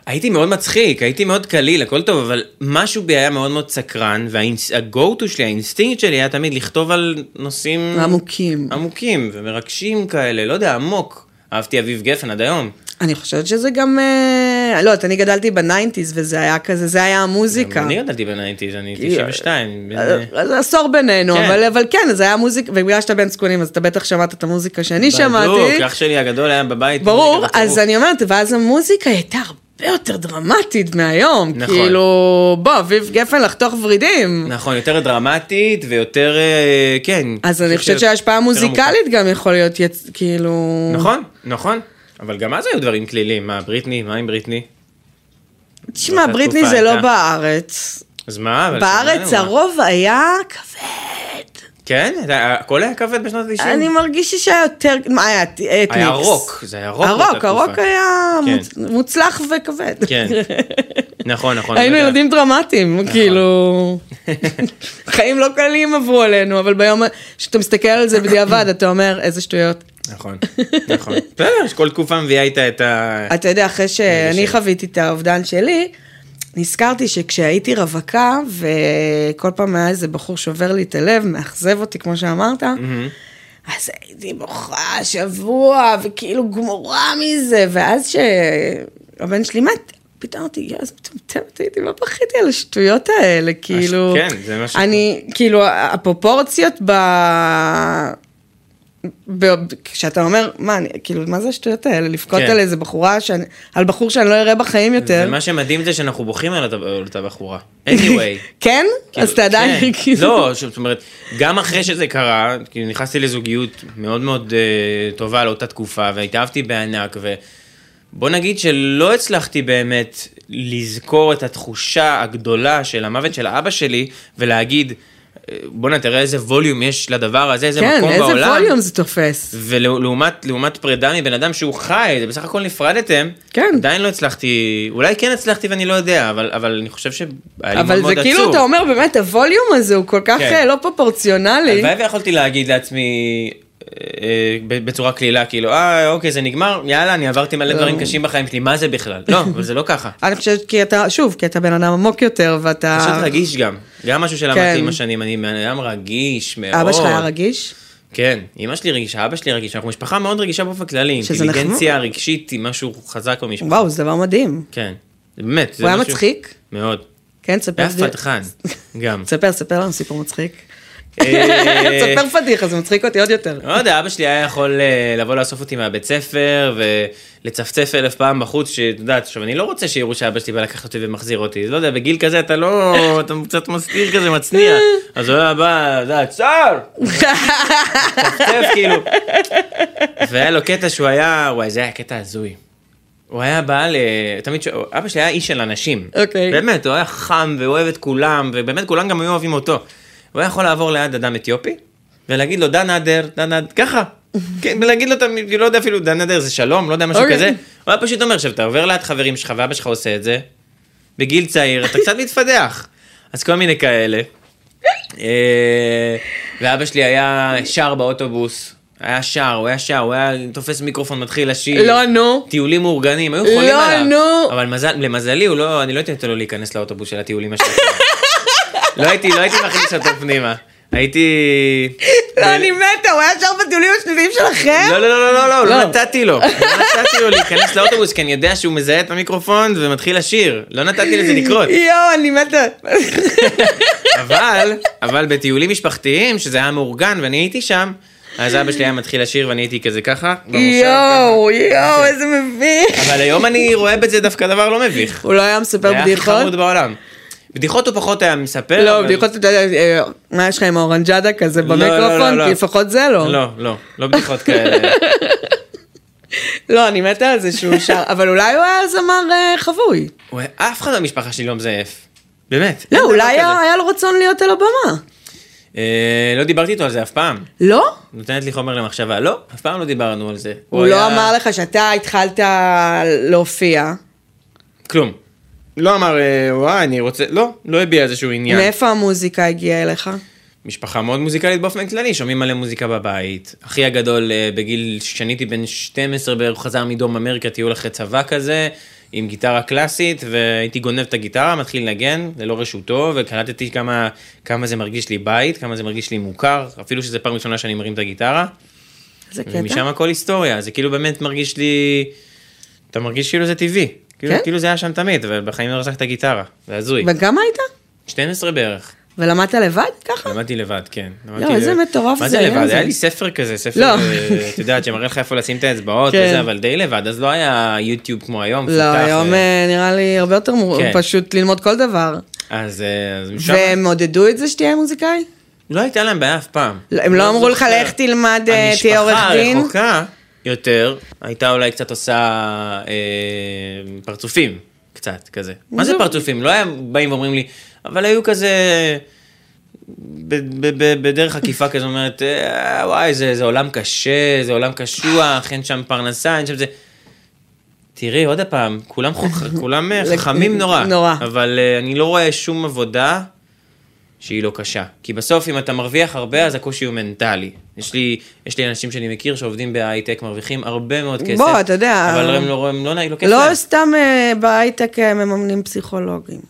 S4: הייתי מאוד מצחיק, הייתי מאוד קליל, הכל טוב, אבל משהו בי היה מאוד מאוד סקרן, וה-go-to שלי, האינסטינקט שלי היה תמיד לכתוב על נושאים...
S3: עמוקים.
S4: עמוקים ומרגשים כאלה, לא יודע, עמוק. אהבתי אביב גפן עד היום.
S3: אני חושבת שזה גם אה, אני לא יודעת, אני גדלתי בניינטיז וזה היה כזה, זה היה המוזיקה.
S4: אני גדלתי בניינטיז, אני 92.
S3: אה,
S4: בין-
S3: אז עשור בינינו,
S4: כן.
S3: אבל, אבל כן, זה היה מוזיקה, ובגלל שאתה בן זקונים, אז אתה בטח שמעת את המוזיקה שאני שמעתי.
S4: בדוק, אח שלי הגדול היה בבית.
S3: ברור,
S4: מוזיקה
S3: אז
S4: בטירוף.
S3: אני אומרת, ואז המוזיקה הייתה הרבה יותר דרמטית מהיום.
S4: נכון.
S3: כאילו, בוא, אביב גפן לחתוך ורידים.
S4: נכון, יותר דרמטית ויותר, אה, כן.
S3: אז אני חושבת
S4: שיותר-
S3: שההשפעה
S4: יותר
S3: המוזיקלית גם יכול להיות, יצ... כאילו...
S4: עמוקה. נכון, נכון. אבל גם אז היו דברים כלילים, מה, בריטני, מה עם בריטני?
S3: תשמע,
S4: באותה
S3: בריטני
S4: תקופה
S3: זה לא
S4: הייתה.
S3: בארץ.
S4: אז מה? אבל לא
S3: בארץ
S4: שמענו, מה?
S3: הרוב היה כבד.
S4: כן, אתה- הכל היה כבד בשנות ה-90.
S3: אני מרגיש שהיה יותר... מה היה? אתניקס.
S4: היה רוק, זה היה רוק.
S3: הרוק,
S4: באותה
S3: הרוק
S4: תקופה.
S3: היה
S4: כן.
S3: מוצ- מוצלח וכבד.
S4: כן. נכון, נכון.
S3: היינו
S4: אני יודע.
S3: ילדים דרמטיים, כאילו... חיים לא קלים עברו עלינו, אבל ביום שאתה מסתכל על זה בדיעבד, אתה אומר, איזה שטויות.
S4: נכון, נכון. בסדר, שכל תקופה מביאה איתה את ה...
S3: אתה יודע, אחרי שאני
S4: רגע,
S3: חוויתי את האובדן שלי, נזכרתי שכשהייתי רווקה, וכל פעם היה איזה בחור שובר לי את הלב, מאכזב אותי, כמו שאמרת, אז הייתי בוכה שבוע, וכאילו גמורה מזה, ואז שהבן שלי מת, פתאום אמרתי, יא, איזה מטומטמת הייתי, לא בכיתי על השטויות האלה, כאילו...
S4: כן, זה מה ש-
S3: אני, כאילו, הפרופורציות ב... ב- כשאתה אומר, מה, אני, כאילו, מה זה השטויות האלה? לבכות
S4: כן.
S3: על איזה בחורה, שאני, על בחור שאני לא אראה בחיים יותר.
S4: ומה שמדהים זה שאנחנו בוכים על אותה- על אותה בחורה. anyway.
S3: כן?
S4: כאילו,
S3: אז אתה עדיין,
S4: כן.
S3: כאילו...
S4: לא, זאת אומרת, גם אחרי שזה קרה, כאילו נכנסתי לזוגיות מאוד מאוד אה, טובה לאותה תקופה, והתאהבתי בענק, ובוא נגיד שלא הצלחתי באמת לזכור את התחושה הגדולה של המוות של אבא שלי, ולהגיד, אה, בוא'נה, תראה איזה ווליום יש לדבר הזה, איזה
S3: כן,
S4: מקום
S3: איזה
S4: בעולם.
S3: ווליום זה תופס.
S4: ולעומת לעומת פרידה מבן אדם שהוא חי, זה בסך הכל נפרדתם,
S3: כן.
S4: עדיין לא הצלחתי, אולי כן הצלחתי ואני לא יודע, אבל, אבל אני חושב שהיה לי מאוד
S3: אבל
S4: מאוד
S3: זה
S4: עצוב.
S3: כאילו, אתה אומר, באמת, הווליום הזה הוא כל כך
S4: כן.
S3: אה, לא פרופורציונלי.
S4: הלוואי ויכולתי להגיד לעצמי אה, אה, ב- בצורה קלילה, כאילו, אה, אוקיי, זה נגמר, יאללה, אני עברתי
S3: אה,
S4: מלא דברים קשים בחיים שלי, מה זה בכלל? לא, אבל זה לא ככה.
S3: אני חושבת כי אתה, שוב, כי אתה בן אדם עמוק יותר, ואתה...
S4: פשוט רגיש גם, גם משהו
S3: אה, כן.
S4: שלמדתי עם השנים, אני בן אדם רגיש מאוד.
S3: אבא שלך היה רגיש?
S4: כן, אמא שלי רגישה, אבא שלי רגיש, אנחנו משפחה מאוד רגישה באופן כללי,
S3: שזה נחמד.
S4: אינטליגנציה רגשית היא משהו חזק במשפחה.
S3: וואו, זה דבר מדהים.
S4: כן, זה באמת. זה
S3: הוא היה
S4: משהו-
S3: מצחיק?
S4: מאוד.
S3: כן, תספר.
S4: היה פתחן, גם.
S3: ספר, ספר לנו סיפור מצחיק.
S4: אה,
S3: ספר פדיחה, זה מצחיק אותי עוד יותר.
S4: לא יודע, אבא שלי היה יכול אה, לבוא לאסוף אותי מהבית ספר ולצפצף אלף פעם בחוץ, שאת יודעת, עכשיו אני לא רוצה שיראו שאבא שלי בא לקחת אותי ומחזיר אותי, לא יודע, בגיל כזה אתה לא, אתה קצת מסתיר כזה, מצניע. אז הוא היה בא, אתה יודע, צר! צפצף כאילו. והיה לו קטע שהוא היה, וואי, זה היה קטע הזוי. הוא היה בא ל... תמיד ש... אבא שלי היה איש של אנשים.
S3: אוקיי.
S4: באמת, הוא היה חם ואוהב את כולם, ובאמת כולם גם היו אוהבים אותו. הוא היה יכול לעבור ליד אדם אתיופי, ולהגיד לו, דן אדר, דן אדר, ככה. כן, ולהגיד לו, תמיד, כאילו, לא יודע אפילו, דן אדר זה שלום, לא יודע, משהו
S3: אוקיי.
S4: כזה. הוא היה פשוט אומר, עכשיו, אתה עובר ליד חברים שלך, ואבא שלך עושה את זה, בגיל צעיר, אתה קצת מתפדח. אז כל מיני כאלה. אה, ואבא שלי היה שר באוטובוס. היה שר, הוא היה שר, הוא היה תופס מיקרופון, מתחיל לשיר.
S3: לא, נו.
S4: טיולים מאורגנים, היו חולים
S3: לא,
S4: עליו.
S3: נו.
S4: אבל מזל, למזלי, הוא לא, אני לא הייתי נותן לו להיכנס לאוטובוס של הטיולים השניים. לא הייתי, לא הייתי מכניס אותו פנימה. הייתי...
S3: לא, אני מתה, הוא היה שר בטיולים השנתיים שלכם?
S4: לא, לא, לא, לא, לא,
S3: לא.
S4: לא נתתי לו. לא נתתי לו להיכנס לאוטובוס, כי אני יודע שהוא מזהה את המיקרופון ומתחיל לשיר. לא נתתי לזה לקרות.
S3: יואו, אני מתה.
S4: אבל, אבל בטיולים משפחתיים, שזה היה מאורגן ואני הייתי שם, אז אבא שלי היה מתחיל לשיר ואני הייתי כזה ככה. במושב.
S3: יואו, יואו, איזה מביך.
S4: אבל היום אני רואה בזה דווקא דבר לא מביך.
S3: הוא לא היה מספר
S4: זה היה הכי
S3: בדיחות?
S4: חמוד בעולם. בדיחות הוא פחות היה מספר.
S3: לא,
S4: אבל-
S3: בדיחות, אתה יודע, אה, מה יש לך עם האורנג'אדה כזה
S4: לא, לא, לא,
S3: במיקרופון?
S4: לא.
S3: כי לפחות זה לא.
S4: לא, לא, לא בדיחות כאלה.
S3: לא, אני מתה על זה שהוא שר, אבל אולי הוא היה זמר אה, חבוי.
S4: הוא- אף אחד במשפחה שלי לא מזייף. באמת.
S3: לא,
S4: אין דבר
S3: אולי היה
S4: כזה.
S3: היה לו רצון להיות על הבמה.
S4: אה, לא דיברתי איתו על זה אף פעם.
S3: לא?
S4: נותנת לי חומר למחשבה. לא, אף פעם לא דיברנו על זה.
S3: הוא לא
S4: היה-
S3: אמר לך שאתה התחלת להופיע.
S4: כלום. לא אמר, אה, וואי, אני רוצה... לא, לא הביע איזשהו עניין.
S3: מאיפה המוזיקה הגיעה אליך?
S4: משפחה מאוד מוזיקלית באופן כללי, שומעים מלא מוזיקה בבית. אחי הגדול, אה, בגיל שאני בן 12 בערך, הוא חזר מדרום אמריקה, טיול אחרי צבא כזה, עם גיטרה קלאסית, והייתי גונב את הגיטרה, מתחיל לנגן, ללא רשותו, וקלטתי כמה, כמה זה מרגיש לי בית, כמה זה מרגיש לי מוכר, אפילו שזו פעם ראשונה שאני מרים את הגיטרה,
S3: איזה קטע?
S4: ומשם הכל היסטוריה, זה כאילו באמת מרגיש לי, אתה מרגיש כאילו זה טבעי. כאילו,
S3: כן?
S4: כאילו זה היה שם תמיד, אבל בחיים לא הרסקתי את הגיטרה, זה הזוי.
S3: וגם היית?
S4: 12 בערך,
S3: ולמדת לבד ככה?
S4: למדתי לבד, כן. למדתי
S3: לא, איזה מטורף
S4: מה
S3: זה,
S4: זה לבד?
S3: איזה.
S4: היה לי ספר כזה, ספר,
S3: לא.
S4: אה, את יודעת, שמראה לך איפה לשים את האצבעות,
S3: כן.
S4: וזה, אבל די לבד, אז לא היה יוטיוב כמו היום,
S3: לא,
S4: מפותח,
S3: היום
S4: אה,
S3: אה, נראה לי הרבה יותר מור-
S4: כן.
S3: פשוט ללמוד כל דבר.
S4: אז אה, אז משם,
S3: והם עודדו את זה שתהיה מוזיקאי?
S4: לא הייתה להם בעיה אף פעם.
S3: לא, הם לא אמרו לך,
S4: זוכר.
S3: "לך תלמד, אה, תהיה עורך דין"?
S4: המשפחה הרחוקה יותר, הייתה אולי קצת עושה אה, פרצופים, קצת כזה. מה זה
S3: זה-
S4: פרצופים? לא היה באים ואומרים לי, אבל היו כזה... ב- ב- ב- בדרך עקיפה כזו אומרת, "אה, וואי, זה זה עולם קשה, זה עולם קשוח, אין שם פרנסה, אין שם זה. תראי, עוד פעם, כולם חוכ- כולם אה, חכמים נורא.
S3: נורא.
S4: אבל אה, אני לא רואה שום עבודה שהיא לא קשה. כי בסוף, אם אתה מרוויח הרבה, אז הקושי הוא מנטלי. יש לי, יש לי אנשים שאני מכיר שעובדים בהייטק, מרוויחים הרבה מאוד כסף.
S3: בוא, אתה יודע. אה,
S4: אבל הם לא, הם לא, לא, לא כיף
S3: לא
S4: להם.
S3: סתם אה, בהייטק אה, מממנים פסיכולוגים.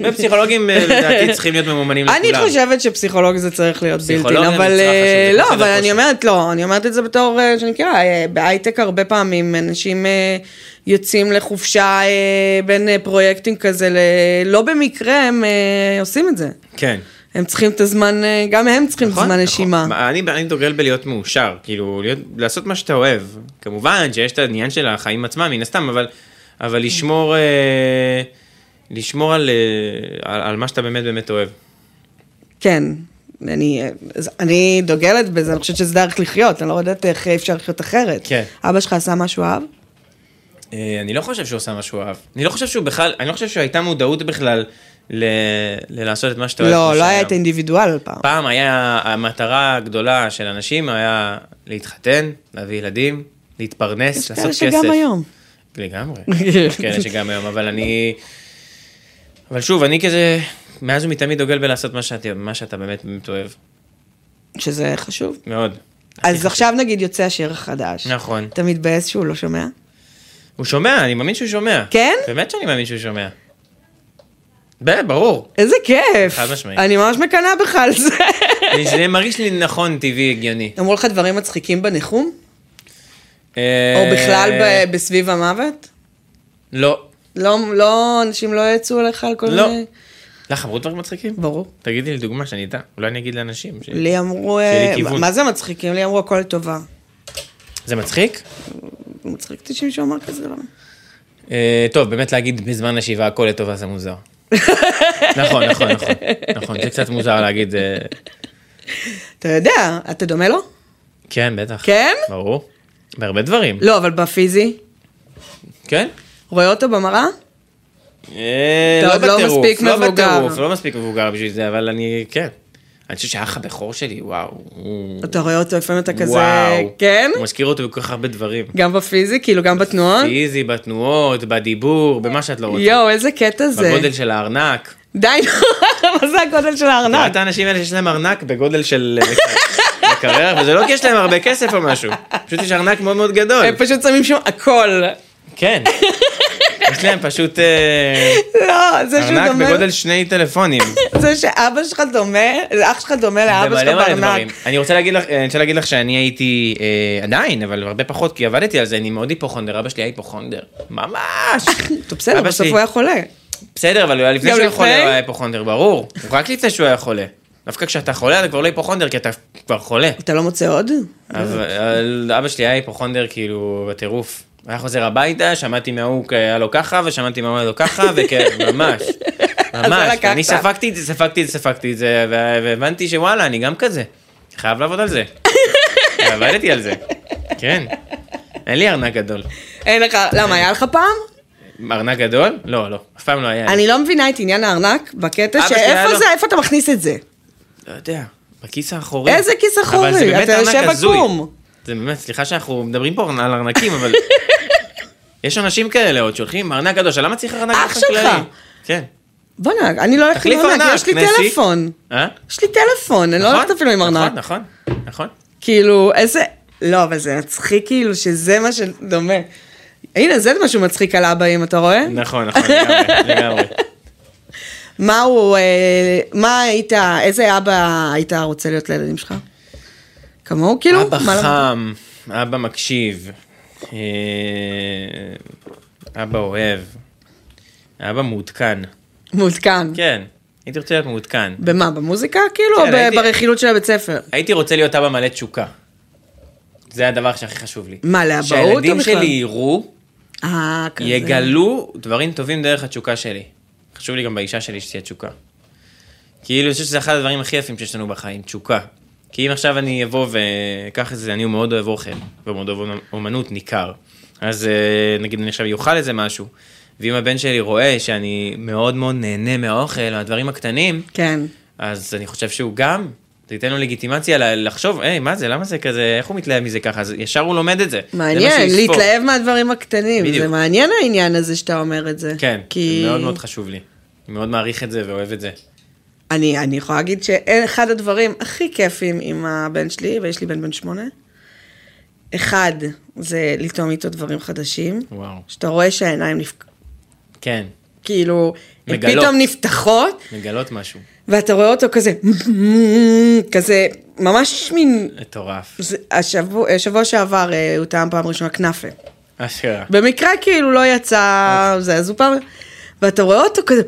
S4: ופסיכולוגים, אה, לדעתי, צריכים להיות ממומנים לכולם.
S3: אני חושבת שפסיכולוג זה צריך להיות בלתי,
S4: פסיכולוג
S3: אבל
S4: זה מצרך
S3: אה,
S4: חשוב, זה
S3: לא,
S4: חוסר
S3: אבל אני
S4: כושר.
S3: אומרת לא, אני אומרת את זה בתור אה, שאני מכירה, אה, בהייטק הרבה פעמים אנשים אה, יוצאים לחופשה אה, בין אה, פרויקטים כזה, ל- לא במקרה הם אה, עושים את זה.
S4: כן.
S3: הם צריכים את הזמן, אה, גם הם צריכים
S4: נכון,
S3: זמן
S4: נכון.
S3: נשימה.
S4: מה, אני, אני דוגל בלהיות מאושר, כאילו, להיות, לעשות מה שאתה אוהב. כמובן שיש את העניין של החיים עצמם, מן הסתם, אבל, אבל לשמור, אה, לשמור על, אה, על, על מה שאתה באמת באמת אוהב.
S3: כן, אני, אז אני דוגלת בזה, אני חושבת שזה דרך לחיות, אני לא יודעת איך אפשר לחיות אחרת.
S4: כן.
S3: אבא שלך עשה משהו אהב?
S4: אה, אני לא חושב שהוא עושה מה שהוא אהב. אני לא חושב שהוא בכלל, אני לא חושב שהייתה מודעות בכלל ל, ללעשות את מה שאתה אוהב.
S3: לא,
S4: כמו
S3: לא היה
S4: שהיום.
S3: את האינדיבידואל פעם.
S4: פעם היה, המטרה הגדולה של אנשים היה להתחתן, להביא ילדים, להתפרנס,
S3: יש
S4: לעשות
S3: כאלה
S4: כסף.
S3: שגם היום.
S4: לגמרי. יש כאלה שגם היום, אבל אני... אבל שוב, אני כזה, מאז ומתמיד דוגל בלעשות מה שאתה, מה שאתה באמת באמת אוהב.
S3: שזה חשוב.
S4: מאוד.
S3: אז עכשיו נגיד יוצא השיר החדש.
S4: נכון.
S3: אתה מתבאס שהוא לא שומע?
S4: הוא שומע, אני מאמין שהוא שומע.
S3: כן?
S4: באמת שאני מאמין שהוא שומע. ב- ברור.
S3: איזה כיף.
S4: חד משמעית.
S3: אני ממש מקנאה בך על זה.
S4: אני- זה מרגיש לי נכון, טבעי, הגיוני.
S3: אמרו לך דברים מצחיקים בניחום? או
S4: אה,
S3: בכלל ב- בסביב המוות?
S4: לא.
S3: לא, לא, אנשים לא יצאו עליך על כל
S4: לא.
S3: מיני...
S4: לך אמרו דברים מצחיקים?
S3: ברור.
S4: תגידי לי דוגמה שאני אדע, אולי אני אגיד לאנשים. ש-
S3: לי אמרו...
S4: שיהיה לי
S3: אה,
S4: כיוון.
S3: מה זה מצחיקים? לי אמרו הכל טובה.
S4: זה מצחיק?
S3: מצחיק אותי שמישהו אמר כזה דבר.
S4: אה, טוב, באמת להגיד בזמן השבעה הכל לטובה זה מוזר. נכון, נכון, נכון, נכון, זה קצת מוזר להגיד, אה,
S3: אתה יודע, אתה דומה לו?
S4: כן, בטח.
S3: כן?
S4: ברור. בהרבה דברים.
S3: לא, אבל בפיזי.
S4: כן?
S3: רואה אותו במראה?
S4: אה,
S3: טוב, לא
S4: בטירוף,
S3: מספיק
S4: לא
S3: מבוגר.
S4: בטירוף, לא מספיק מבוגר בשביל זה, אבל אני, כן. אני חושב שהאח הבכור שלי, וואו. הוא-
S3: אתה רואה אותו לפעמים אתה כזה...
S4: וואו.
S3: כן?
S4: הוא מזכיר אותו בכל כך הרבה דברים.
S3: גם בפיזי? כאילו גם בתנועות?
S4: פיזי, בתנועות, בדיבור, במה שאת לא רוצה.
S3: יואו, איזה קטע זה.
S4: בגודל של הארנק.
S3: די, נו, מה זה הגודל של הארנק?
S4: את האנשים האלה שיש להם ארנק בגודל של אה, מקרר, מקרר, וזה לא כי יש להם הרבה כסף או משהו, פשוט יש ארנק מאוד מאוד גדול.
S3: הם פשוט שמים שם הכל.
S4: כן. יש להם פשוט אה,
S3: לא, זה שהוא
S4: ארנק
S3: דומה...
S4: בגודל שני טלפונים.
S3: זה שאבא שלך דומה, אח שלך דומה לאבא שלך
S4: ומלא מלא
S3: בארנק.
S4: דברים. אני רוצה להגיד לך, אה, אני רוצה להגיד לך שאני הייתי אה, עדיין, אבל הרבה פחות, כי עבדתי על זה, אני מאוד היפוכונדר, אבא שלי היה היפוכונדר. ממש.
S3: טוב, בסדר,
S4: אבא
S3: בסוף
S4: שלי-
S3: הוא היה חולה.
S4: בסדר, אבל הוא היה לפני
S3: גם
S4: שהוא היה
S3: לפני?
S4: חולה, הוא היה היפוכונדר, ברור. הוא רק לפני שהוא היה חולה. דווקא כשאתה חולה, אתה כבר לא היפוכונדר, כי אתה כבר חולה.
S3: אתה לא מוצא עוד?
S4: אבל אבא שלי היה היפוכונדר כאילו בטירוף. היה חוזר הביתה, שמעתי מההוא היה לו ככה, ושמעתי מההוא היה לו ככה, וכן, ממש.
S3: זה
S4: ממש.
S3: לקחת.
S4: אני ספגתי את זה, ספגתי את זה, ספגתי את זה, וה- והבנתי שוואלה, אני גם כזה. חייב לעבוד על זה. ועבדתי על זה. כן. אין לי ארנק גדול.
S3: אין לך, למה, היה לך פעם?
S4: ארנק גדול? לא, לא. אף פעם לא היה.
S3: אני לא מבינה את עניין הארנק בקטע
S4: אבא שלי היה
S3: שאיפה
S4: לו-
S3: זה, איפה אתה מכניס את זה?
S4: לא יודע. בכיס האחורי.
S3: איזה כיס
S4: אבל זה
S3: אחורי,
S4: באמת
S3: אתה
S4: ארנק
S3: יושב
S4: הזוי.
S3: עקום.
S4: זה באמת, סליחה שאנחנו מדברים פה על ארנקים, אבל... יש אנשים כאלה עוד שהולכים, ארנק גדול, למה צריך ארנק
S3: אח
S4: באופן
S3: שלך.
S4: כללי? כן.
S3: בוא'נה, אני לא הולכת עם
S4: תחליף
S3: ארנק,
S4: ארנק,
S3: יש לי
S4: נסי.
S3: טלפון.
S4: אה?
S3: יש לי טלפון, אני לא
S4: נכון,
S3: הולכת אפילו עם ארנק.
S4: נכון, נכון, נכון.
S3: כאילו, איזה... לא, אבל זה מצחיק כאילו שזה מה שדומה. הנה, זה משהו מצחיק על אבא, אם אתה רואה.
S4: נכון, נכון, לגמרי, לגמרי.
S3: מה הוא, אה, מה היית, איזה אבא היית רוצה להיות לילדים שלך? כמוהו כאילו?
S4: אבא
S3: מה לא-
S4: חם, אבא מקשיב. אה, אבא אוהב. אבא מעודכן.
S3: לא? מעודכן.
S4: כן, הייתי רוצה להיות מעודכן.
S3: במה, במוזיקה כאילו, או
S4: כן,
S3: ב-
S4: הייתי-
S3: ברכילות של הבית ספר?
S4: הייתי רוצה להיות אבא מלא תשוקה. זה הדבר שהכי חשוב לי.
S3: מה, לאבהות או
S4: שהילדים
S3: בכלל?
S4: שלי יראו,
S3: אה, כזה.
S4: יגלו דברים טובים דרך התשוקה שלי. חשוב לי גם באישה שלי שתהיה תשוקה. כאילו, אני חושב שזה אחד הדברים הכי יפים שיש לנו בחיים, תשוקה. כי אם עכשיו אני אבוא ואקח את זה, אני מאוד אוהב אוכל, ומאוד אוהב אומנות ניכר. אז אה, נגיד אני עכשיו אוכל איזה משהו, ואם הבן שלי רואה שאני מאוד מאוד נהנה מהאוכל, מהדברים הקטנים,
S3: כן.
S4: אז אני חושב שהוא גם, זה ייתן לו לגיטימציה ל- לחשוב, היי, מה זה, למה זה כזה, איך הוא מתלהב מזה ככה, אז ישר הוא לומד את זה. זה מה
S3: מעניין,
S4: שיספור.
S3: להתלהב מהדברים הקטנים.
S4: בדיוק.
S3: זה מעניין העניין הזה שאתה אומר את זה.
S4: כן,
S3: כי...
S4: זה מאוד מאוד חשוב לי. אני מאוד מעריך את זה ואוהב את זה.
S3: אני, אני יכולה להגיד שאחד הדברים הכי כיפים עם הבן שלי, ויש לי בן בן שמונה, אחד, זה לטעום איתו דברים חדשים,
S4: וואו.
S3: שאתה רואה שהעיניים נפ...
S4: כן,
S3: כאילו, הן
S4: מגלות.
S3: פתאום נפתחות,
S4: לגלות משהו,
S3: ואתה רואה אותו כזה, כזה, ממש מין...
S4: מטורף.
S3: זה- השבוע, השבוע שעבר אה, הוא טעם פעם ראשונה כנאפה.
S4: אשכרה.
S3: במקרה כאילו לא יצא
S4: אוקיי.
S3: זה, אז הוא פעם, ואתה רואה אותו כזה,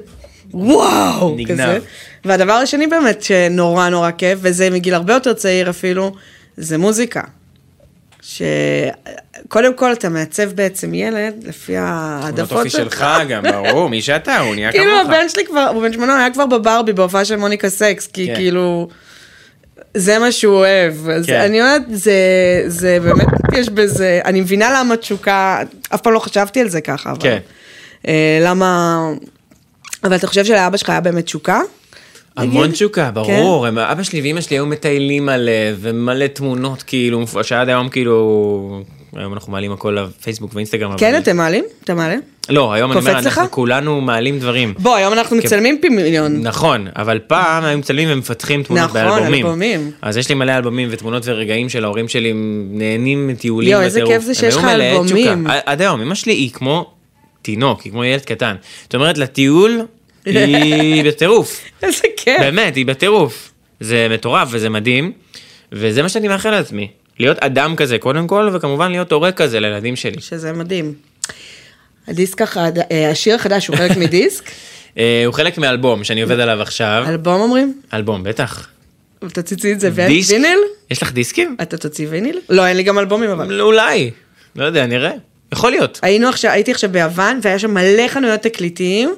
S3: וואו,
S4: נגנב.
S3: כזה. והדבר השני באמת שנורא נורא כיף, וזה מגיל הרבה יותר צעיר אפילו, זה מוזיקה. שקודם כל אתה מעצב בעצם ילד לפי
S4: תמונות
S3: העדפות
S4: אופי שלך גם, ברור, מי שאתה, הוא נהיה
S3: כאילו
S4: כמוך.
S3: הבן שלי כבר, הוא בן שמונה, הוא היה כבר בברבי בהופעה של מוניקה סקס, כי
S4: כן.
S3: כאילו, זה מה שהוא אוהב. אז
S4: כן.
S3: אני אומרת, זה, זה באמת, יש בזה, אני מבינה למה תשוקה, אף פעם לא חשבתי על זה ככה, אבל.
S4: כן.
S3: אה, למה, אבל אתה חושב שלאבא שלך היה באמת תשוקה?
S4: המון
S3: נגיד?
S4: תשוקה, ברור. הם- אבא שלי ואימא שלי היו מטיילים מלא, ומלא תמונות, כאילו, שעד היום כאילו... היום אנחנו מעלים הכל לפייסבוק ואינסטגרם.
S3: כן,
S4: אבל-
S3: אתם מעלים? אתה מעלה?
S4: לא, היום אני אומר,
S3: קופץ לך?
S4: אנחנו כולנו מעלים דברים.
S3: בוא, היום אנחנו
S4: כן.
S3: מצלמים פי מיליון.
S4: נכון, אבל פעם היו מצלמים ומפתחים תמונות
S3: נכון,
S4: באלבומים.
S3: אלבומים.
S4: אז יש לי מלא אלבומים ותמונות ורגעים של ההורים שלי נהנים מטיולים.
S3: יואו, איזה
S4: בטירוף.
S3: כיף זה
S4: הם
S3: שיש
S4: היו
S3: לך
S4: מלאי
S3: אלבומים.
S4: תשוקה. ע- עד היום, אמא שלי היא כמו תינוק, היא כמו ילד קטן. זאת אומרת, לטיול היא בטירוף.
S3: איזה כיף.
S4: באמת, היא בטירוף. זה מטורף וזה מדהים, וזה מה שאני מאחל לעצמי. להיות אדם כזה קודם כל, וכמובן להיות הורה כזה לילדים שלי.
S3: שזה מדהים. הדיסק החד... אה, השיר החדש הוא חלק מדיסק?
S4: אה, הוא חלק מאלבום שאני עובד עליו עכשיו.
S3: אלבום אומרים?
S4: אלבום, בטח.
S3: תציצי את זה
S4: דיסק?
S3: ויניל?
S4: יש לך דיסקים?
S3: אתה תוציא ויניל? לא, אין לי גם אלבומים אבל.
S4: אולי, לא יודע, נראה. יכול להיות.
S3: היינו עכשיו, הייתי עכשיו ביוון, והיה שם מלא חנויות תקליטים,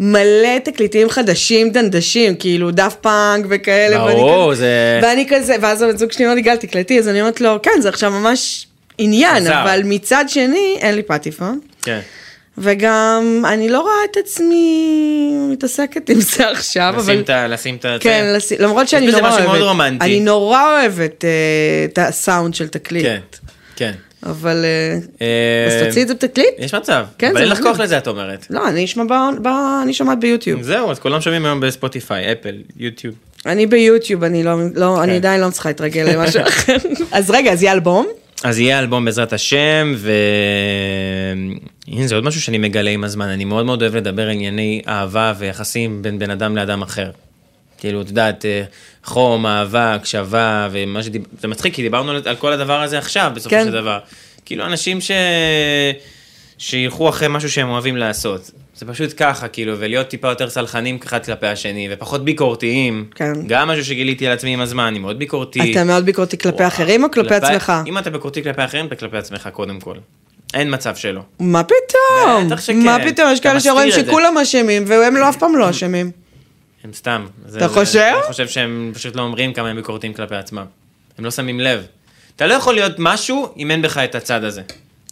S3: מלא תקליטים חדשים, דנדשים, כאילו דף פאנק וכאלה. ואני
S4: ברור,
S3: כזה-
S4: זה-
S3: ואני כזה, ואז הבן זוג שלי אומר לי, גל, תקלטי, אז אני אומרת לו, כן, זה עכשיו ממש עניין,
S4: עזר.
S3: אבל מצד שני, אין לי פטיפון.
S4: כן.
S3: וגם, אני לא רואה את עצמי מתעסקת עם זה עכשיו, אבל...
S4: לשים את ה... לשים את ה...
S3: כן,
S4: זה.
S3: לשים- למרות שאני
S4: יש בזה
S3: נורא
S4: משהו מאוד
S3: אוהבת,
S4: רומנטי.
S3: אני נורא אוהבת אה, את הסאונד של תקליט,
S4: כן, כן.
S3: אבל אה,
S4: אה,
S3: אז תוציא את זה בתקליט?
S4: יש מצב.
S3: כן,
S4: אבל
S3: זה
S4: אין לך
S3: מגניב.
S4: כוח לזה, את אומרת.
S3: לא, אני אשמע ב- ב- אני שומעת ביוטיוב.
S4: זהו, אז כולם שומעים היום בספוטיפיי, אפל, יוטיוב.
S3: אני ביוטיוב, אני לא, לא, אני
S4: כן.
S3: עדיין לא מצליחה להתרגל למשהו אחר. אז רגע, אז יהיה אלבום?
S4: אז יהיה אלבום בעזרת השם, ו... הנה, זה עוד משהו שאני מגלה עם הזמן. אני מאוד מאוד אוהב לדבר על ענייני אהבה ויחסים בין בן אדם לאדם אחר. כאילו, את יודעת, אה, חום, אהבה, הקשבה, ומה שדיב... זה מצחיק, כי דיברנו על, על כל הדבר הזה עכשיו, בסופו
S3: כן.
S4: של דבר. כאילו, אנשים ש... שילכו אחרי משהו שהם אוהבים לעשות. זה פשוט ככה, כאילו, ולהיות טיפה יותר סלחנים אחד כלפי השני, ופחות ביקורתיים.
S3: כן.
S4: גם משהו שגיליתי על עצמי עם הזמן, אני מאוד ביקורתי.
S3: אתה מאוד ביקורתי כלפי אחרים או כלפי עצמך?
S4: אם אתה ביקורתי כלפי אחרים, אתה כלפי עצמך קודם כל. אין מצב שלא.
S3: מה פתאום?
S4: בטח שכן.
S3: מה פתאום? יש
S4: אתה
S3: כאלה
S4: מסתיר
S3: שרואים
S4: את זה.
S3: שכולם אשמים, והם לא אף פעם לא אשמים.
S4: הם סתם. זה-
S3: אתה
S4: זה-
S3: חושב?
S4: אני חושב שהם פשוט לא אומרים כמה הם ביקורתיים כלפי עצמם. הם לא שמים לב. אתה לא יכול להיות משהו אם אין בך את הצד הזה.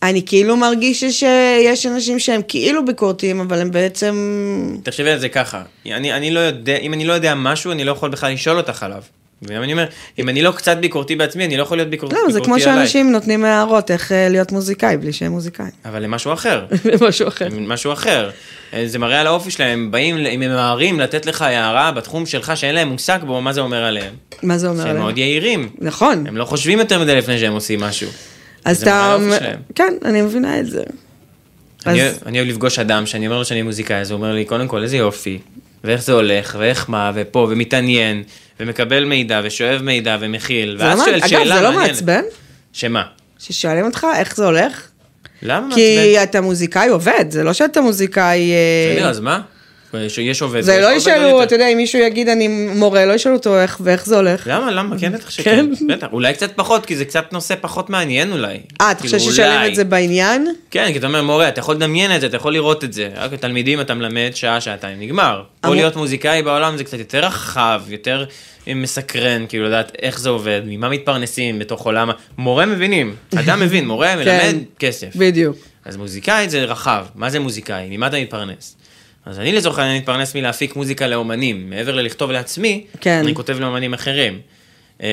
S3: אני כאילו מרגיש שיש אנשים שהם כאילו ביקורתיים, אבל הם בעצם...
S4: תחשבי על זה ככה. אני, אני לא יודע, אם אני לא יודע משהו, אני לא יכול בכלל לשאול אותך עליו. וגם אני אומר, אם אני לא קצת ביקורתי בעצמי, אני לא יכול להיות ביקור...
S3: לא, זה
S4: ביקורתי
S3: כמו
S4: עליי.
S3: שאנשים נותנים הערות איך אה, להיות מוזיקאי בלי שהם מוזיקאים.
S4: אבל למשהו אחר.
S3: זה משהו אחר.
S4: משהו אחר. אה, זה מראה על האופי שלהם, הם באים, אם הם ממהרים לתת לך הערה בתחום שלך שאין להם מושג בו, מה זה אומר עליהם?
S3: מה זה אומר
S4: שהם
S3: עליהם?
S4: מאוד יהירים.
S3: נכון.
S4: הם לא חושבים יותר מדי לפני שהם עושים משהו.
S3: אז
S4: זה מעל
S3: אתה...
S4: האופי שלהם.
S3: כן, אני מבינה את זה.
S4: אני
S3: אז-
S4: אוהב- אני אוהב לפגוש אדם שאני אומר לו שאני מוזיקאי, אז הוא אומר לי, קודם כל, איזה יופי, ואיך זה הולך, ואיך מה, ופה, ומתעניין, ומקבל מידע, ושואב מידע, ומכיל,
S3: זה לא
S4: ואז
S3: מע-
S4: שואל שאלה
S3: אגב, זה לא
S4: מעניינת.
S3: מעצבן?
S4: שמה?
S3: ששואלים אותך איך זה הולך?
S4: למה
S3: כי
S4: לא מעצבן?
S3: אתה מוזיקאי עובד, זה לא שאתה מוזיקאי... אה,
S4: בסדר, אז מה? יש עובד.
S3: זה
S4: ויש
S3: לא
S4: עובד
S3: ישאלו,
S4: יותר.
S3: אתה יודע, אם מישהו יגיד אני מורה, לא ישאלו אותו איך ואיך זה הולך.
S4: למה? למה? כן, בטח שכן. בטח. אולי קצת פחות, כי זה קצת נושא פחות מעניין אולי.
S3: אה, אתה
S4: כאילו,
S3: חושב ששואלים
S4: אולי.
S3: את זה בעניין?
S4: כן, כי אתה אומר, מורה, אתה יכול לדמיין את זה, אתה יכול לראות את זה. רק התלמידים אתה מלמד שעה, שעתיים, נגמר.
S3: אמור-
S4: פה להיות מוזיקאי בעולם זה קצת יותר רחב, יותר מסקרן, כאילו לדעת איך זה עובד, ממה מתפרנסים בתוך עולם. ה- מורה מבינים, אדם מבין, מורה מלמד כסף.
S3: בדיוק.
S4: אז מוזיקאי זה רחב, מה זה מוזיקאי? ממה אתה מתפרנס? אז אני לצורך העניין מתפרנס מלהפיק מוזיקה לאומנים, מעבר ללכתוב לעצמי,
S3: כן.
S4: אני כותב לאומנים אחרים. אה,